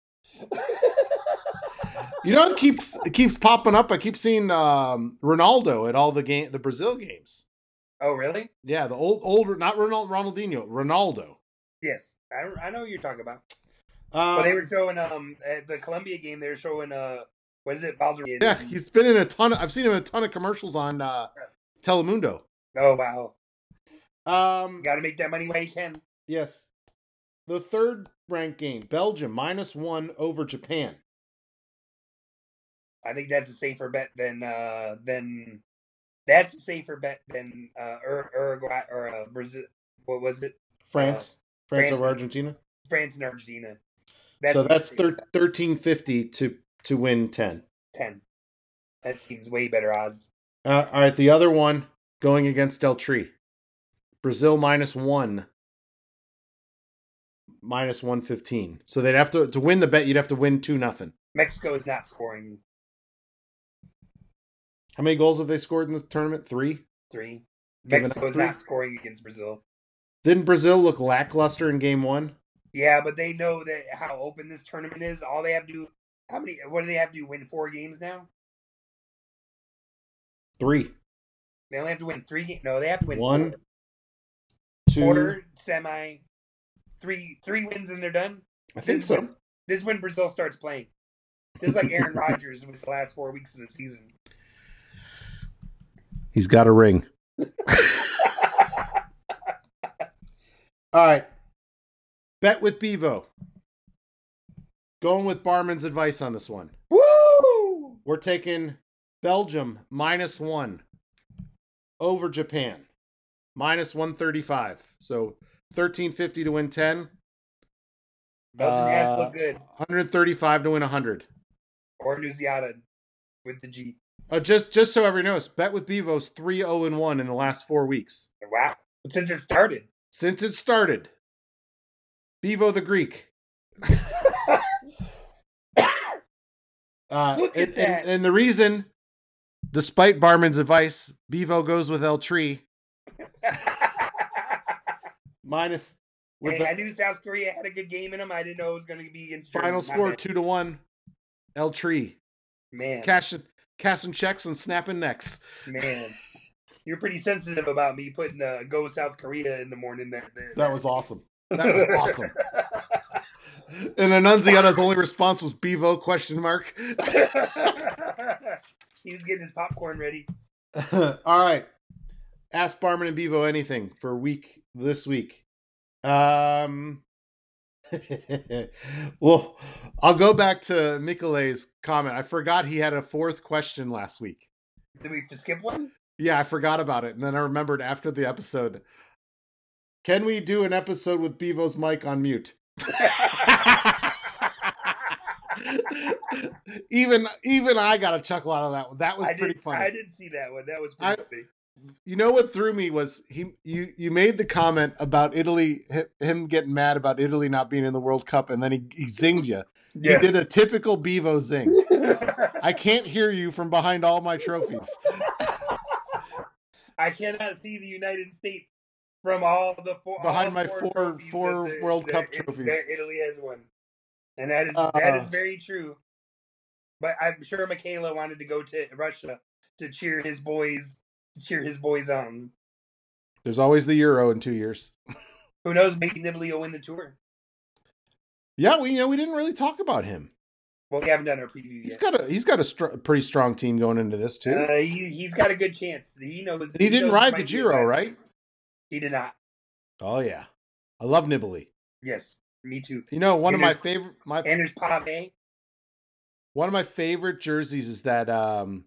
Speaker 2: You know it keeps it keeps popping up. I keep seeing um, Ronaldo at all the game the Brazil games.
Speaker 3: Oh, really?
Speaker 2: Yeah, the old old not Ronald Ronaldinho, Ronaldo.
Speaker 3: Yes, I, I know what you're talking about.
Speaker 2: Um,
Speaker 3: well, they were showing um at the Columbia game. They were showing uh what is it? Valverde.
Speaker 2: yeah, he's been in a ton of I've seen him in a ton of commercials on uh, Telemundo.
Speaker 3: oh wow,
Speaker 2: Um,
Speaker 3: got to make that money while you can.
Speaker 2: yes. The third ranked game, Belgium minus 1 over Japan.
Speaker 3: I think that's a safer bet than uh than that's a safer bet than uh Ur- Uruguay or uh, Brazil. What was it?
Speaker 2: France, France,
Speaker 3: France-
Speaker 2: over Argentina.
Speaker 3: France and Argentina.
Speaker 2: so
Speaker 3: a
Speaker 2: that's
Speaker 3: safer
Speaker 2: thir- 1350 to to win 10.
Speaker 3: bet, ten. That seems way better odds.
Speaker 2: Uh, all right, the other one going against Del Tree. Brazil minus 1 minus 115. So they'd have to to win the bet you'd have to win 2 nothing.
Speaker 3: Mexico is not scoring
Speaker 2: How many goals have they scored in this tournament? 3.
Speaker 3: three.
Speaker 2: Giving up
Speaker 3: Mexico is
Speaker 2: three?
Speaker 3: not scoring against Brazil.
Speaker 2: Didn't Brazil look lackluster in game 1?
Speaker 3: Yeah, but they know that how open this tournament is. All they have to do, how many? What do they have to do? Win four games now?
Speaker 2: 3.
Speaker 3: They only have to win three games. No, they have to win
Speaker 2: One,
Speaker 3: four.
Speaker 2: 2.
Speaker 3: quarter, semi, three, three wins, and they're done.
Speaker 2: I think
Speaker 3: this
Speaker 2: so.
Speaker 3: When, this is when Brazil starts playing. This is like Aaron Rodgers with the last four weeks of the season.
Speaker 2: He's got a ring. All right. Bet with Bevo. Going with Barman's advice on this one.
Speaker 3: Woo!
Speaker 2: We're taking Belgium minus one over Japan, minus 135. So 1350 to win 10,
Speaker 3: Belgium has
Speaker 2: Uh,
Speaker 3: looked good.
Speaker 2: 135 to win 100.
Speaker 3: Or Nuziata with the G.
Speaker 2: Uh, just just so everyone knows, Bet with Bevo's 3 0 and 1 in the last four weeks
Speaker 3: Wow. Since it started.
Speaker 2: since it started. Bevo the Greek. Uh,
Speaker 3: Look at
Speaker 2: and,
Speaker 3: that.
Speaker 2: And, and the reason, despite Barman's advice, Bevo goes with El Tree minus with
Speaker 3: Hey,
Speaker 2: the
Speaker 3: I knew South Korea had a good game in them. I didn't know it was going to be against Germany.
Speaker 2: final
Speaker 3: My
Speaker 2: score
Speaker 3: bad.
Speaker 2: two to one. El Tree
Speaker 3: Man,
Speaker 2: cashing cashing checks and snapping necks.
Speaker 3: man, you're pretty sensitive about me putting uh, "Go South Korea" in the morning. There, there.
Speaker 2: That was awesome. That was awesome. And Annunziata's only response was Bevo question mark.
Speaker 3: he was getting his popcorn ready.
Speaker 2: All right. Ask Barman and Bevo anything for week this week. Um Well, I'll go back to Michele's comment. I forgot he had a fourth question last week.
Speaker 3: Did we skip one?
Speaker 2: Yeah, I forgot about it. And then I remembered after the episode. Can we do an episode with Bevo's mic on mute? even even I got a chuckle out of that one. That was
Speaker 3: I
Speaker 2: pretty
Speaker 3: did,
Speaker 2: funny.
Speaker 3: I did see that one. That was
Speaker 2: I-
Speaker 3: pretty funny.
Speaker 2: you know what threw me was he you you made the comment about Italy hi- him getting mad about Italy not being in the World Cup and then he, he zinged you. He did a typical Bevo zing. I can't hear you from behind all my trophies.
Speaker 3: I cannot see the United States from all the four
Speaker 2: Behind
Speaker 3: all
Speaker 2: my four-
Speaker 3: trophies
Speaker 2: four
Speaker 3: that the-
Speaker 2: World
Speaker 3: that
Speaker 2: Cup
Speaker 3: it- that
Speaker 2: trophies.
Speaker 3: Italy has won, and that is
Speaker 2: Uh.
Speaker 3: that is very true. But I'm sure Michaela wanted to go to Russia to cheer his boys, to cheer his boys on.
Speaker 2: There's always the Euro in 2 years.
Speaker 3: Who knows? Maybe Nibley will win the tour.
Speaker 2: Yeah, we you know we didn't really talk about him.
Speaker 3: Well, we haven't done our preview
Speaker 2: He's
Speaker 3: yet.
Speaker 2: got a he's got a str- pretty strong team going into this too.
Speaker 3: uh, he, he's got a good chance. He knows.
Speaker 2: And he didn't
Speaker 3: knows
Speaker 2: ride
Speaker 3: might
Speaker 2: the
Speaker 3: be his
Speaker 2: Giro,
Speaker 3: last
Speaker 2: right?
Speaker 3: chance. He did not.
Speaker 2: oh yeah. I love Nibali.
Speaker 3: Yes, me too.
Speaker 2: You know, one of my
Speaker 3: Anders-
Speaker 2: favorite my
Speaker 3: Anders Pave.
Speaker 2: One of my favorite jerseys is that um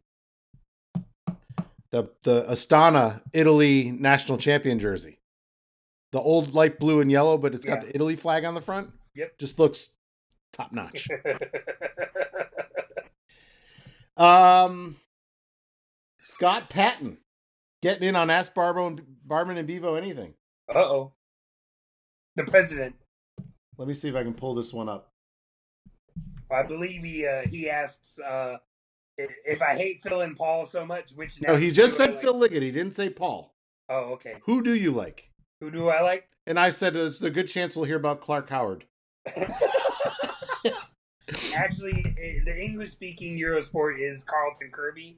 Speaker 2: the the Astana Italy national champion jersey. The old light blue and yellow, but it's got
Speaker 3: Yeah.
Speaker 2: the Italy flag on the front.
Speaker 3: Yep.
Speaker 2: Just looks top notch. um Scott Patton getting in on Ask Barbo and Barman and Bevo anything.
Speaker 3: Uh oh. The president.
Speaker 2: Let me see if I can pull this one up.
Speaker 3: I believe he uh, he asks uh, i- if I hate Phil and Paul so much, which
Speaker 2: No, Oh, he
Speaker 3: national
Speaker 2: just
Speaker 3: do I
Speaker 2: said
Speaker 3: like?
Speaker 2: Phil Liggett. He didn't say Paul.
Speaker 3: Oh, okay.
Speaker 2: Who do you like?
Speaker 3: Who do I like?
Speaker 2: And I said it's a good chance we'll hear about Clark Howard.
Speaker 3: Actually, i- the English speaking Eurosport is Carlton Kirby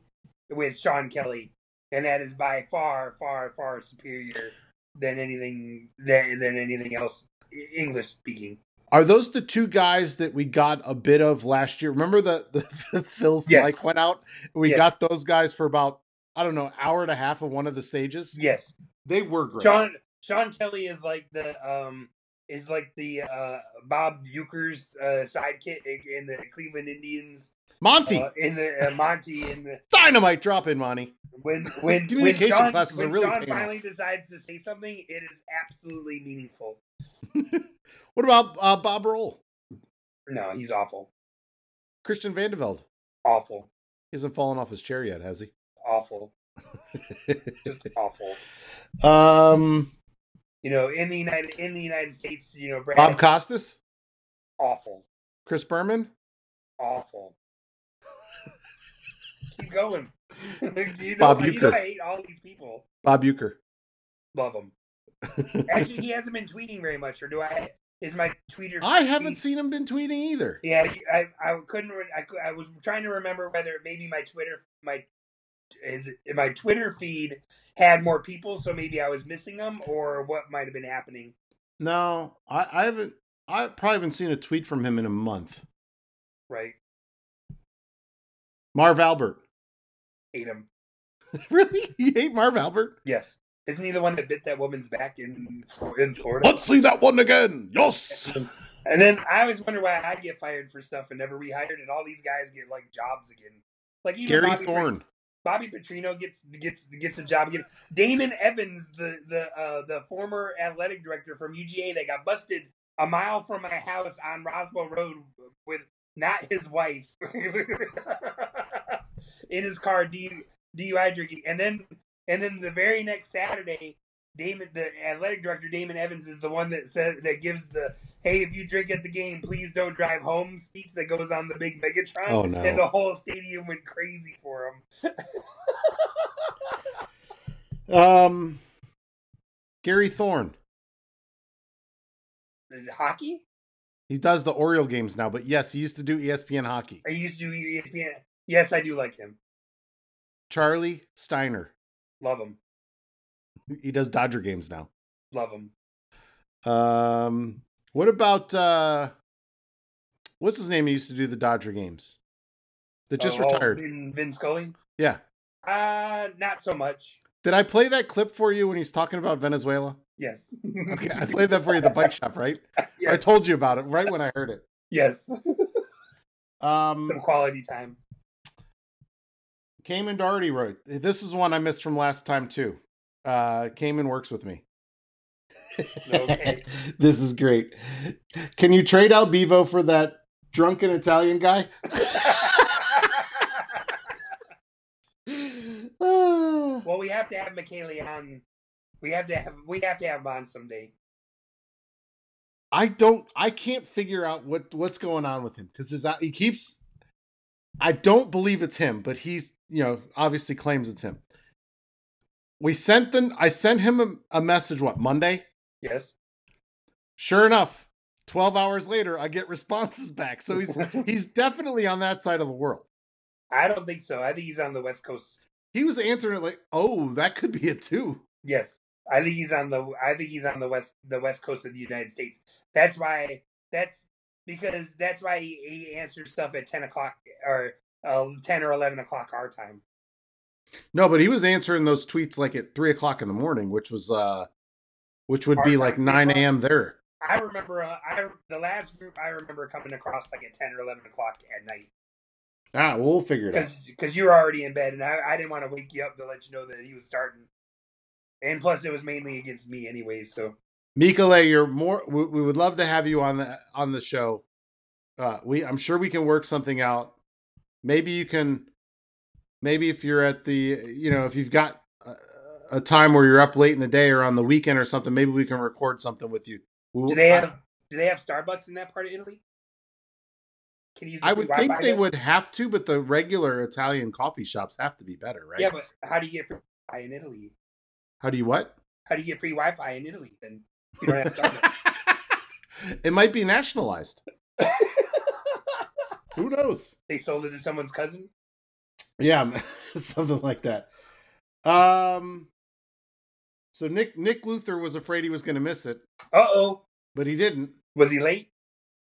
Speaker 3: with Sean Kelly, and that is by far, far, far superior than anything than, than anything else E-, English speaking.
Speaker 2: Are those the two guys that we got a bit of last year? Remember the, the, Phil's
Speaker 3: Yes.
Speaker 2: mic went out? We
Speaker 3: Yes.
Speaker 2: got those guys for about, I don't know, hour and a half of one of the stages.
Speaker 3: Yes,
Speaker 2: They were great.
Speaker 3: Sean Sean Kelly is like the um is like the uh Bob Euchre's uh sidekick in the Cleveland Indians
Speaker 2: Monty,
Speaker 3: uh, in the uh, Monty in the
Speaker 2: dynamite drop in, Monty.
Speaker 3: when when when
Speaker 2: communication
Speaker 3: Sean,
Speaker 2: classes
Speaker 3: when
Speaker 2: are really
Speaker 3: Sean
Speaker 2: paying off.
Speaker 3: finally decides to say something it is absolutely meaningful.
Speaker 2: What about uh, Bob Roll?
Speaker 3: No, he's awful.
Speaker 2: Christian Vandeveld?
Speaker 3: Awful.
Speaker 2: He hasn't fallen off his chair yet, has he?
Speaker 3: Awful. Just awful.
Speaker 2: Um,
Speaker 3: You know, in the United in the United States, you know, Brad
Speaker 2: Bob Costas?
Speaker 3: awful.
Speaker 2: Chris Berman?
Speaker 3: Awful. Keep going. you know,
Speaker 2: Bob
Speaker 3: you know
Speaker 2: Uecker.
Speaker 3: I hate all these people.
Speaker 2: Bob Euchre.
Speaker 3: Love him. Actually, he hasn't been tweeting very much, or do I? Is my tweeter?
Speaker 2: I haven't seen him been tweeting either.
Speaker 3: Yeah, I, I couldn't. re- I, cou- I was trying to remember whether maybe my Twitter my is- my Twitter feed had more people, so maybe I was missing them, or what might have been happening.
Speaker 2: No, I, I haven't. I probably haven't seen a tweet from him in a month.
Speaker 3: Right,
Speaker 2: Marv Albert.
Speaker 3: hate him.
Speaker 2: really? You hate Marv Albert?
Speaker 3: Yes, isn't he the one that bit that woman's back in in Florida?
Speaker 2: Let's see that one again. Yes.
Speaker 3: And then I always wonder why I get fired for stuff and never rehired, and all these guys get like jobs again. Like even
Speaker 2: Gary
Speaker 3: Bobby
Speaker 2: Thorne.
Speaker 3: Bobby Petrino gets gets gets a job again. Damon Evans, the the uh, the former athletic director from UGA that got busted a mile from my house on Roswell Road with not his wife. in his car DU, DUI drinking, and then and then the very next Saturday, Damon, the athletic director Damon Evans, is the one that says that gives the "Hey, if you drink at the game, please don't drive home" speech that goes on the big Megatron,
Speaker 2: Oh, no.
Speaker 3: and the whole stadium went crazy for him.
Speaker 2: Um, Gary Thorne.
Speaker 3: In Hockey?
Speaker 2: He does the Oriole games now, but yes, he used to do E ESPN hockey.
Speaker 3: I used to do E ESPN. Yes, I do like him.
Speaker 2: Charlie Steiner.
Speaker 3: Love him.
Speaker 2: He does Dodger games now.
Speaker 3: Love him.
Speaker 2: Um, what about uh, what's his name? He used to do the Dodger games. That just
Speaker 3: Oh,
Speaker 2: retired.
Speaker 3: Vin, Vin Scully?
Speaker 2: Yeah.
Speaker 3: Uh, not so much.
Speaker 2: Did I play that clip for you when he's talking about Venezuela?
Speaker 3: Yes.
Speaker 2: Okay, I played that for you at the bike shop, right?
Speaker 3: yes.
Speaker 2: I told you about it right when I heard it.
Speaker 3: yes.
Speaker 2: Um,
Speaker 3: Some quality time.
Speaker 2: Cayman Doherty wrote. This is one I missed from last time too. Uh, Cayman works with me.
Speaker 3: Okay.
Speaker 2: this is great. Can you trade out Bevo for that drunken Italian guy? Ah.
Speaker 3: well, we have to have Michele on. We have to have we have to have him on someday.
Speaker 2: I don't. I can't figure out what what's going on with him because his uh, he keeps. I don't believe it's him, but he's you know obviously claims it's him. We sent them. I sent him a, a message. What Monday?
Speaker 3: Yes.
Speaker 2: Sure enough, twelve hours later, I get responses back. So he's he's definitely on that side of the world.
Speaker 3: I don't think so. I think he's on the West Coast.
Speaker 2: He was answering it like, "Oh, that could be it too."
Speaker 3: Yes. I think he's on the I think he's on the west the west coast of the United States. That's why that's because that's why he, he answers stuff at ten o'clock or uh, ten or eleven o'clock our time.
Speaker 2: No, but he was answering those tweets like at three o'clock in the morning, which was uh, which would be
Speaker 3: Our
Speaker 2: like
Speaker 3: time,
Speaker 2: nine
Speaker 3: three
Speaker 2: a.m. there.
Speaker 3: I remember uh, I the last group I remember coming across like at ten or eleven o'clock at night.
Speaker 2: Ah, we'll figure it out.
Speaker 3: because you were already in bed, and I, I didn't want to wake you up to let you know that he was starting. And plus, it was mainly against me, anyways. So
Speaker 2: Mikale, you're more. We, we would love to have you on the on the show. Uh, we, I'm sure we can work something out. Maybe you can. Maybe if you're at the, you know, if you've got a, a time where you're up late in the day or on the weekend or something, maybe we can record something with you. We-
Speaker 3: do they
Speaker 2: I-
Speaker 3: have do they have Starbucks in that part of Italy? Can you use? the
Speaker 2: I
Speaker 3: free
Speaker 2: would think
Speaker 3: Wi-Fi
Speaker 2: they
Speaker 3: there?
Speaker 2: would have to, but the regular Italian coffee shops have to be better, right?
Speaker 3: Yeah, but how do you get free Wi-Fi in Italy?
Speaker 2: How do you what?
Speaker 3: How do you get free Wi-Fi in Italy? Then if you don't have Starbucks.
Speaker 2: it might be nationalized. Who knows?
Speaker 3: they sold it to someone's cousin.
Speaker 2: Yeah, m- something like that. Um so Nick Nick Luther was afraid he was going to miss it,
Speaker 3: Uh oh,
Speaker 2: but he didn't.
Speaker 3: was he late?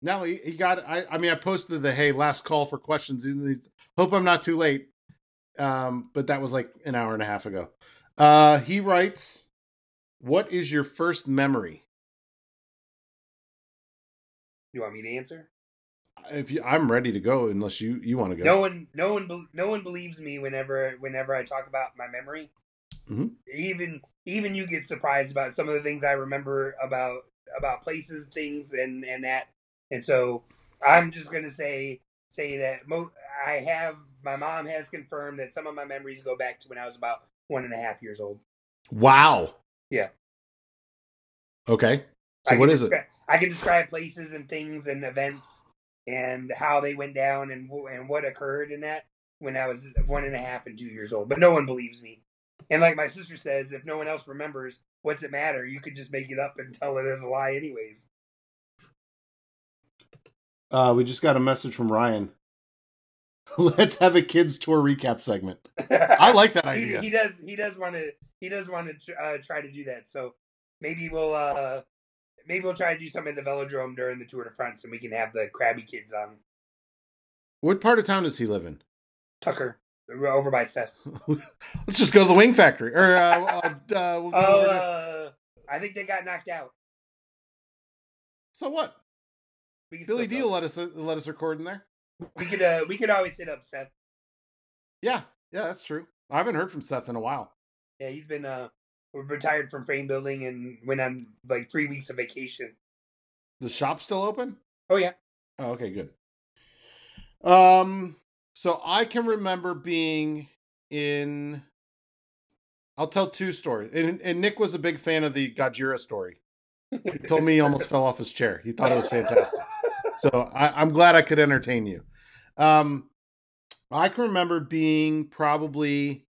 Speaker 2: No, he, he got I I mean I posted the hey last call for questions. He's, he's- hope I'm not too late. Um but that was like an hour and a half ago. Uh he writes what is your first memory?
Speaker 3: You want me to answer?
Speaker 2: If you I'm ready to go unless you you want to go.
Speaker 3: No one, no one, bel- no one believes me whenever whenever I talk about my memory.
Speaker 2: Mhm.
Speaker 3: Even even you get surprised about some of the things I remember about about places, things, and and that. And so I'm just gonna say say that mo- I have my mom has confirmed that some of my memories go back to when I was about one and a half years old.
Speaker 2: Wow.
Speaker 3: Yeah.
Speaker 2: Okay. So
Speaker 3: I
Speaker 2: what
Speaker 3: can
Speaker 2: is it?
Speaker 3: descri- I can describe places and things and events and how they went down and wh- and what occurred in that when I was one and a half and two years old. But no one believes me. And like my sister says, if no one else remembers, what's it matter? You could just make it up and tell it as a lie, anyways.
Speaker 2: Uh, we just got a message from Ryan. Let's have a kids tour recap segment. I like that
Speaker 3: he,
Speaker 2: idea.
Speaker 3: he does. He does want to. He does want to uh, try to do that. So maybe we'll. uh Maybe we'll try to do something at the velodrome during the Tour de France, and we can have the Krabby Kids on
Speaker 2: What part of town does he live in?
Speaker 3: Tucker over by Seth's.
Speaker 2: Let's just go to the Wing Factory, or uh, uh, uh, we'll go
Speaker 3: Oh,
Speaker 2: over to-
Speaker 3: uh, I think they got knocked out.
Speaker 2: so what?
Speaker 3: We could
Speaker 2: Billy D
Speaker 3: still go.
Speaker 2: let us uh, let us record in there.
Speaker 3: We could uh, we could always hit up Seth.
Speaker 2: Yeah, yeah, that's true. I haven't heard from Seth in a while.
Speaker 3: Yeah, he's been uh retired from frame building and went on like three weeks of vacation.
Speaker 2: The shop's still open.
Speaker 3: Oh yeah,
Speaker 2: Oh, okay, good. Um, So I can remember being in. I'll tell two stories, and and Nick was a big fan of the Gajira story. He told me he almost fell off his chair. He thought it was fantastic. So I, I'm glad I could entertain you. Um, I can remember being probably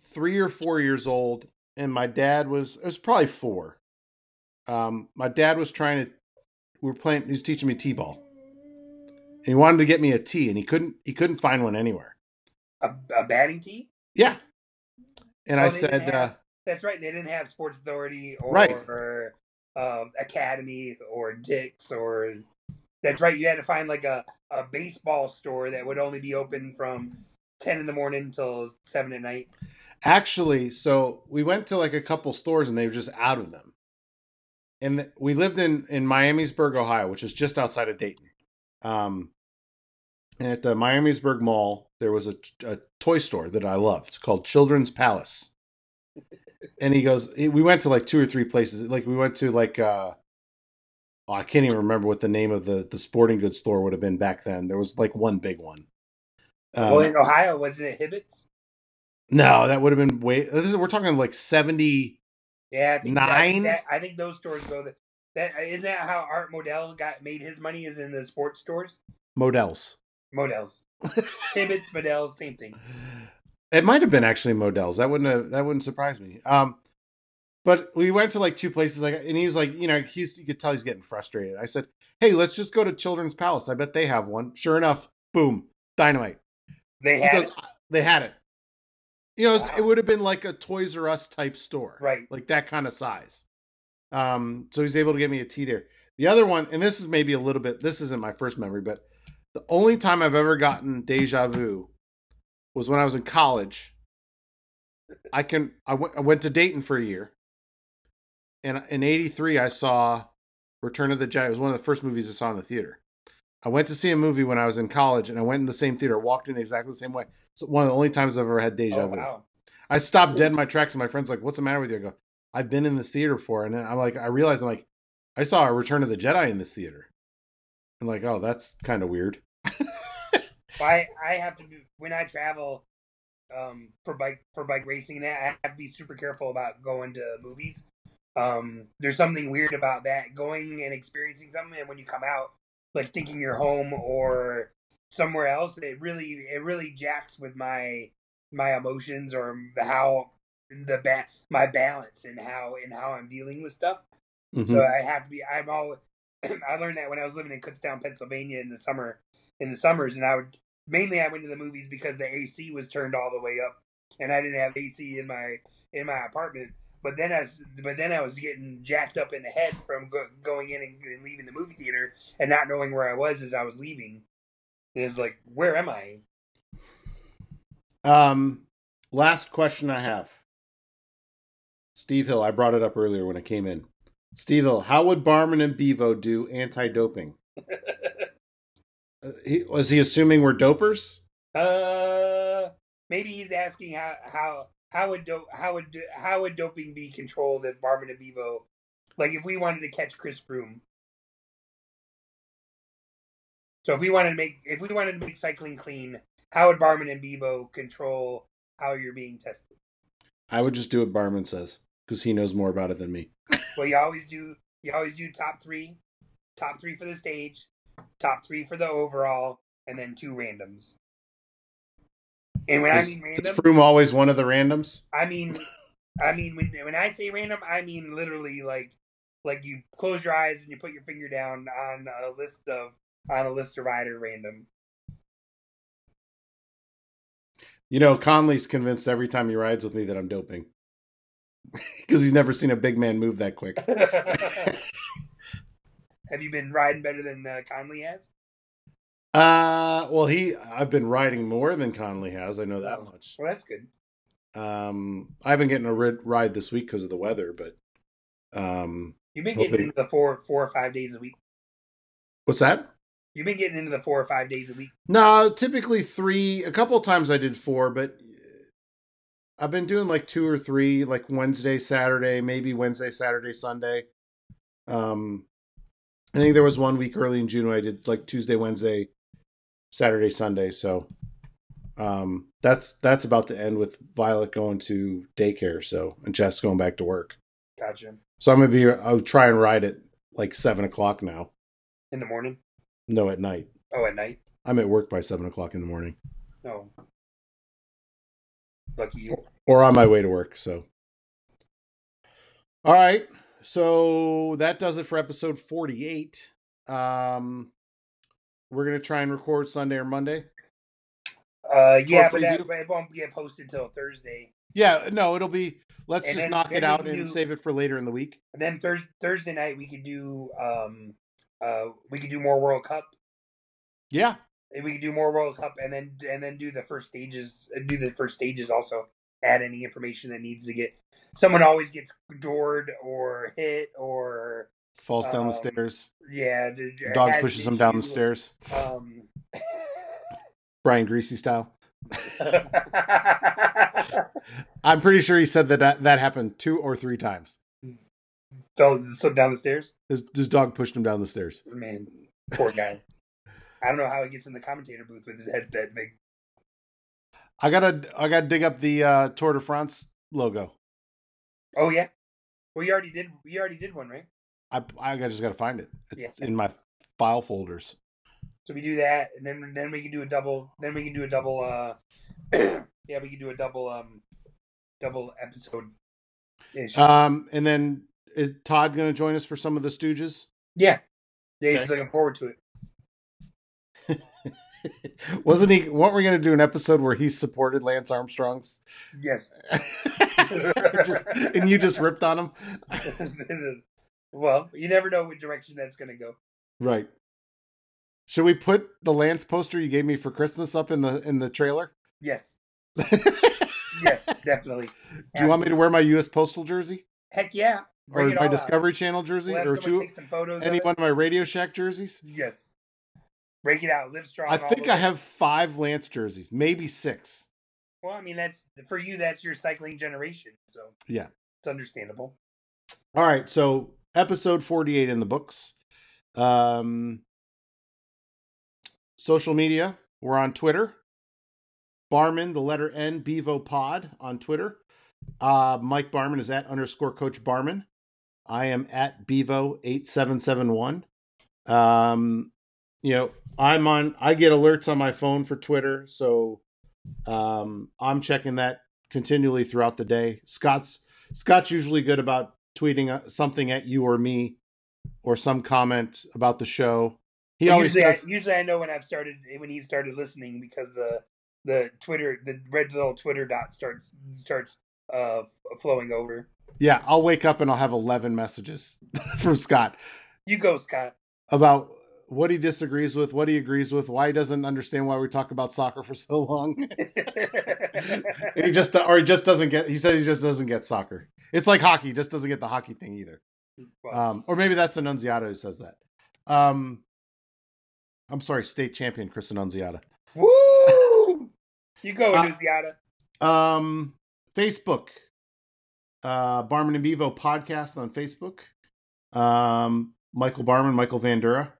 Speaker 2: three or four years old, and my dad was it was probably four. Um, my dad was trying to we were playing he was teaching me t-ball, and he wanted to get me a tee, and he couldn't he couldn't find one anywhere.
Speaker 3: A, a batting tee?
Speaker 2: Yeah, and I
Speaker 3: Oh, they didn't
Speaker 2: said,
Speaker 3: have-
Speaker 2: uh,
Speaker 3: That's right. They didn't have Sports Authority or,
Speaker 2: Right.
Speaker 3: um, Academy or Dick's or. That's right. You had to find like a, a baseball store that would only be open from ten in the morning till seven at night.
Speaker 2: actually, so we went to like a couple stores, and they were just out of them. And th- we lived in in Miamisburg, Ohio, which is just outside of Dayton. Um, and at the Miamisburg Mall, there was a, a toy store that I loved called Children's Palace. And he goes, we went to like two or three places. Like we went to like, uh, oh, I can't even remember what the name of the the sporting goods store would have been back then. There was like one big one. Um,
Speaker 3: well, in Ohio, wasn't it Hibbets?
Speaker 2: no, that would have been way. This is we're talking like seventy.
Speaker 3: Yeah, I think that-
Speaker 2: Nine?
Speaker 3: That, I think those stores go to, that. uh, Isn't that how Art Modell got made his money? Is in the sports stores,
Speaker 2: Models.
Speaker 3: Models, Hibbets, Models, same thing.
Speaker 2: It might have been actually Modell's. That wouldn't have, that wouldn't surprise me. Um, but we went to like two places, like, and he was like, you know, he's you could tell he's getting frustrated. I said, hey, let's just go to Children's Palace. I bet they have one. Sure enough, boom, dynamite.
Speaker 3: They
Speaker 2: He
Speaker 3: had
Speaker 2: goes,
Speaker 3: it.
Speaker 2: they had it. You know, it was-
Speaker 3: Wow.
Speaker 2: it would have been like a Toys R Us type store,
Speaker 3: right.
Speaker 2: like that kind of size. Um, so he's able to get me a tea there. The other one, and this is maybe a little bit, this isn't my first memory, but the only time I've ever gotten deja vu was when I was in college. I can, I went, I went to Dayton for a year, and in '83 I saw Return of the Jedi. It was one of the first movies I saw in the theater. I went to see a movie when I was in college, and I went in the same theater, walked in exactly the same way. So one of the only times I've ever had deja
Speaker 3: Oh
Speaker 2: vu.
Speaker 3: wow.
Speaker 2: I stopped dead in my tracks, and my friend's like, "What's the matter with you?" I go, "I've been in this theater before," and then I'm like, I realized I'm like, I saw a Return of the Jedi in this theater. I'm like, oh, that's kind of weird.
Speaker 3: I I have to be, when I travel um for bike for bike racing and that, I have to be super careful about going to movies. Um there's something weird about that going and experiencing something and when you come out like thinking you're home or somewhere else it really it really jacks with my my emotions or how the ba- my balance and how and how I'm dealing with stuff.
Speaker 2: Mm-hmm.
Speaker 3: So I have to be. I'm all. I learned that when I was living in Kutztown, Pennsylvania, in the summer, in the summers, and I would mainly I went to the movies because the AC was turned all the way up, and I didn't have AC in my in my apartment. But then I was, but then I was getting jacked up in the head from go, going in and, and leaving the movie theater and not knowing where I was as I was leaving. It was like, where am I?
Speaker 2: Um, last question I have. Steve Hill, I brought it up earlier when I came in. Steve Hill, how would Barman and Bevo do anti-doping? Uh, he, was he assuming we're dopers?
Speaker 3: Uh, maybe he's asking how how how would do, how would do, how would doping be controlled if Barman and Bevo, like if we wanted to catch Chris Froome. So if we wanted to make if we wanted to make cycling clean, how would Barman and Bevo control how you're being tested?
Speaker 2: I would just do what Barman says because he knows more about it than me.
Speaker 3: Well, you always do you always do top three, top three for the stage, top three for the overall, and then two randoms. And when I
Speaker 2: Is,
Speaker 3: mean
Speaker 2: is
Speaker 3: random,
Speaker 2: Froome always one of the randoms?
Speaker 3: I mean, I mean, when when I say random, I mean literally like like you close your eyes and you put your finger down on a list of on a list of rider random.
Speaker 2: You know, Conley's convinced every time he rides with me that I'm doping because he's never seen a big man move that quick.
Speaker 3: Have you been riding better than uh, Conley has?
Speaker 2: Uh, well, he I've been riding more than Conley has. I know that much.
Speaker 3: Well, that's good.
Speaker 2: Um, I haven't gotten a rid- ride this week because of the weather, but um,
Speaker 3: You've been
Speaker 2: Hopefully.
Speaker 3: getting into the four four or five days a week.
Speaker 2: what's that?
Speaker 3: You've been getting into the four or five days a week.
Speaker 2: No, typically three. A couple times I did four, but uh, I've been doing like two or three, like Wednesday, Saturday, maybe Wednesday, Saturday, Sunday. Um, I think there was one week early in June when I did like Tuesday, Wednesday, Saturday, Sunday. So um, that's that's about to end with Violet going to daycare. So and Jeff's going back to work.
Speaker 3: Gotcha.
Speaker 2: So I'm gonna be. I'll try and ride it like seven o'clock now.
Speaker 3: In the morning?
Speaker 2: No, at night.
Speaker 3: Oh, at night?
Speaker 2: I'm at work by seven o'clock in the morning,
Speaker 3: No. Lucky you. Uh,
Speaker 2: or on my way to work. So, all right. So that does it for episode 48. Um, we're gonna try and record Sunday or Monday.
Speaker 3: Uh, yeah,
Speaker 2: Tour
Speaker 3: but that,
Speaker 2: preview?
Speaker 3: but it won't get posted till Thursday.
Speaker 2: Yeah, no, it'll be. Let's
Speaker 3: And
Speaker 2: just
Speaker 3: then-
Speaker 2: knock it
Speaker 3: then
Speaker 2: out
Speaker 3: we
Speaker 2: and
Speaker 3: do-
Speaker 2: save it for later in the week.
Speaker 3: And then Thurs Thursday night we could do um uh we could do more World Cup.
Speaker 2: Yeah,
Speaker 3: And we could do more World Cup and then and then do the first stages and do the first stages also. Add any information that needs to get someone always gets doored or hit or
Speaker 2: falls down the
Speaker 3: Um,
Speaker 2: stairs.
Speaker 3: yeah d- d-
Speaker 2: Dog
Speaker 3: has an
Speaker 2: pushes him down the
Speaker 3: issue,
Speaker 2: stairs.
Speaker 3: Um
Speaker 2: Brian Greasy style. I'm pretty sure he said that that, that happened two or three times.
Speaker 3: so slip down the stairs.
Speaker 2: His, his dog pushed him down the stairs.
Speaker 3: Man, poor guy. I don't know how he gets in the commentator booth with his head that big.
Speaker 2: I gotta I gotta dig up the uh, Tour de France logo.
Speaker 3: Oh yeah. Well, you already did. You already did one, right?
Speaker 2: I I gotta- just gotta find it. It's
Speaker 3: Yeah.
Speaker 2: in my file folders.
Speaker 3: So we do that, and then then we can do a double. Then we can do a double. uh Yeah, we can do a double. Um, double episode. ish.
Speaker 2: Um, and then is Todd gonna join us for some of the Stooges?
Speaker 3: yeah, Dave's looking forward to it.
Speaker 2: Wasn't he? Weren't we gonna do an episode where he supported Lance Armstrong's?
Speaker 3: Yes.
Speaker 2: Just- and you just ripped on him,
Speaker 3: well, you never know which direction that's going to go.
Speaker 2: right? Should we put the Lance poster you gave me for Christmas up in the in the trailer?
Speaker 3: Yes.
Speaker 2: Do
Speaker 3: Yes, definitely.
Speaker 2: you want me to
Speaker 3: Absolutely.
Speaker 2: wear my U.S. Postal jersey
Speaker 3: Heck yeah.
Speaker 2: or
Speaker 3: Bring it
Speaker 2: my
Speaker 3: all out.
Speaker 2: Discovery Channel jersey
Speaker 3: We'll have
Speaker 2: or two?
Speaker 3: someone take some photos.
Speaker 2: Any
Speaker 3: of
Speaker 2: one
Speaker 3: us.
Speaker 2: of my Radio Shack jerseys?
Speaker 3: Yes. Break it out. Live strong.
Speaker 2: I
Speaker 3: all
Speaker 2: think
Speaker 3: the
Speaker 2: I
Speaker 3: way.
Speaker 2: have five Lance jerseys, maybe six.
Speaker 3: Well, I mean, that's for you. That's your cycling generation, so
Speaker 2: Yeah.
Speaker 3: it's understandable.
Speaker 2: All right, so episode 48 in the books. Um, social media, we're on Twitter. Barman, the letter N, Bevo Pod on Twitter. Uh, Mike Barman is at underscore coach Barman. I am at Bevo8771. Um, you know, I'm on, I get alerts on my phone for Twitter. So um, I'm checking that continually throughout the day. Scott's, Scott's usually good about tweeting uh, something at you or me or some comment about the show. He
Speaker 3: But
Speaker 2: always
Speaker 3: usually, I,
Speaker 2: does-
Speaker 3: usually I know when I've started when he started listening because the the Twitter the red little Twitter dot starts starts uh flowing over.
Speaker 2: Yeah, I'll wake up and I'll have 11 messages from Scott
Speaker 3: You go, Scott.
Speaker 2: about what he disagrees with, what he agrees with, why he doesn't understand why we talk about soccer for so long. And he just or he just doesn't get he says he just doesn't get soccer. It's like hockey, he just doesn't get the hockey thing either. Um, or maybe that's Annunziata who says that. Um, I'm sorry, state champion Chris Annunziata.
Speaker 3: Woo! You go,
Speaker 2: Uh,
Speaker 3: Annunziata.
Speaker 2: Um, Facebook, uh, Barman and Bevo podcast on Facebook. Um, Michael Barman, Michael Vandura.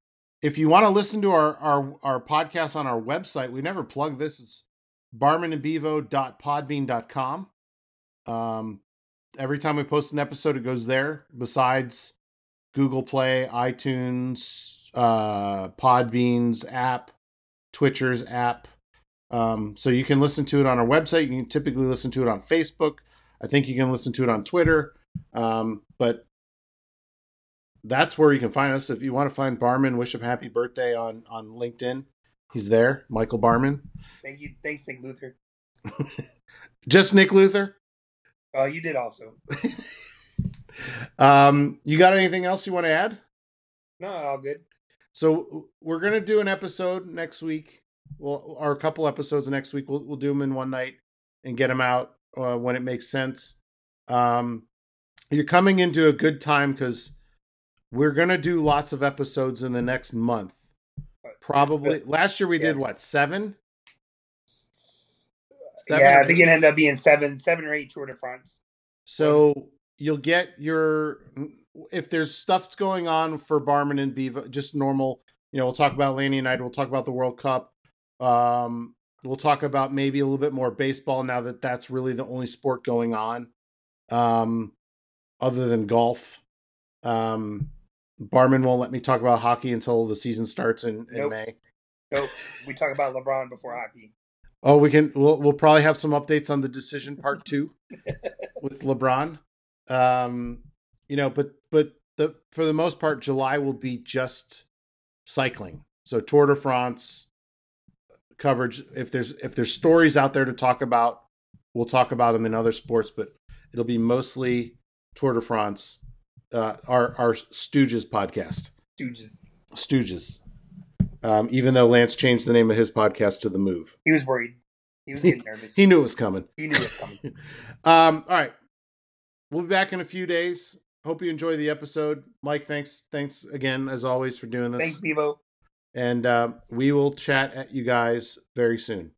Speaker 2: If you want to listen to our, our, our podcast on our website, we never plug this. It's barmanandbevo.podbean.com. Um, every time we post an episode, it goes there besides Google Play, iTunes, uh, Podbean's app, Twitcher's app. Um, so you can listen to it on our website. You can typically listen to it on Facebook. I think you can listen to it on Twitter. Um, but that's where you can find us. If you want to find Barman, wish him happy birthday on on LinkedIn. He's there, Michael Barman.
Speaker 3: Thank you. Thanks, Nick Luther.
Speaker 2: Just Nick Luther.
Speaker 3: Oh, you did also.
Speaker 2: Um, you got anything else you want to add?
Speaker 3: No, all good.
Speaker 2: So we're gonna do an episode next week. Well, or a couple episodes next week. We'll we'll do them in one night and get them out uh, when it makes sense. Um, you're coming into a good time because we're gonna do lots of episodes in the next month. Probably last year we did
Speaker 3: Yeah.
Speaker 2: what seven? Seven
Speaker 3: yeah,
Speaker 2: or
Speaker 3: I think it
Speaker 2: eight.
Speaker 3: ended up being seven, seven or eight Tour de France.
Speaker 2: So you'll get your if there's stuff going on for Barman and Bevo, just normal. You know, we'll talk about Lanny United. We'll talk about the World Cup. Um, we'll talk about maybe a little bit more baseball now that that's really the only sport going on, um, other than golf. Um, Barman won't let me talk about hockey until the season starts in, in
Speaker 3: Nope.
Speaker 2: May.
Speaker 3: Nope. we talk about LeBron before hockey.
Speaker 2: Oh, we can. We'll, we'll probably have some updates on the decision part two with LeBron. Um, you know, but but the for the most part, July will be just cycling. So Tour de France coverage. If there's if there's stories out there to talk about, we'll talk about them in other sports. But it'll be mostly Tour de France. Uh, our our Stooges podcast,
Speaker 3: Dude, just
Speaker 2: Stooges. Um, even though Lance changed the name of his podcast to The Move,
Speaker 3: he was worried. He was getting nervous.
Speaker 2: he knew it was coming.
Speaker 3: he knew it was coming.
Speaker 2: Um, all right. We'll be back in a few days. Hope you enjoy the episode. Mike, thanks. Thanks again, as always, for doing this.
Speaker 3: Thanks, Bevo.
Speaker 2: And um, we will chat at you guys very soon.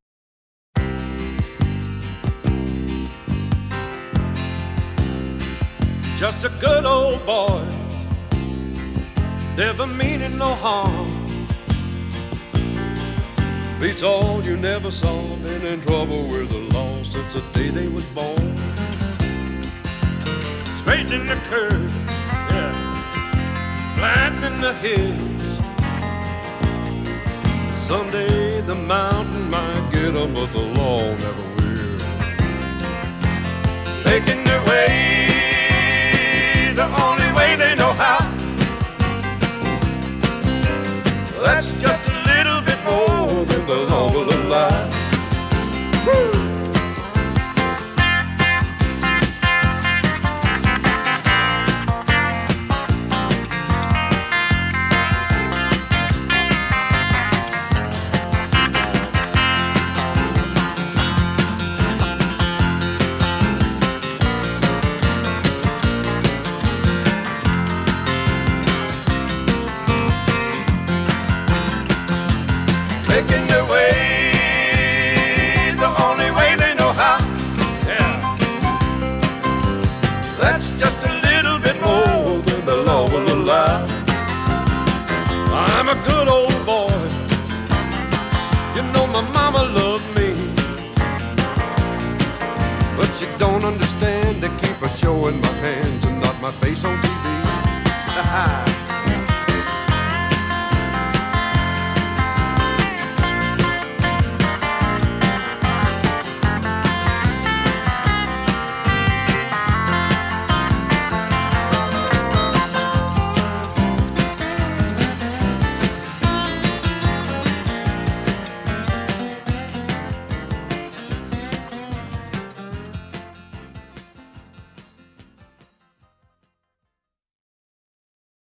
Speaker 1: Just a good old boy, never meaning no harm. Beats all you never saw, been in trouble with the law since the day they was born. Straightening the curves, yeah, flattening the hills. Someday the mountain might get 'em, but the law never will making their way the only way they know how. That's just a little bit more than the law will allow. Woo! making their way the only way they know how. Yeah. That's just a little bit more than the law will allow. I'm a good old boy. You know my mama loved me. But you don't understand, they keep a show in my hands and not my face on TV.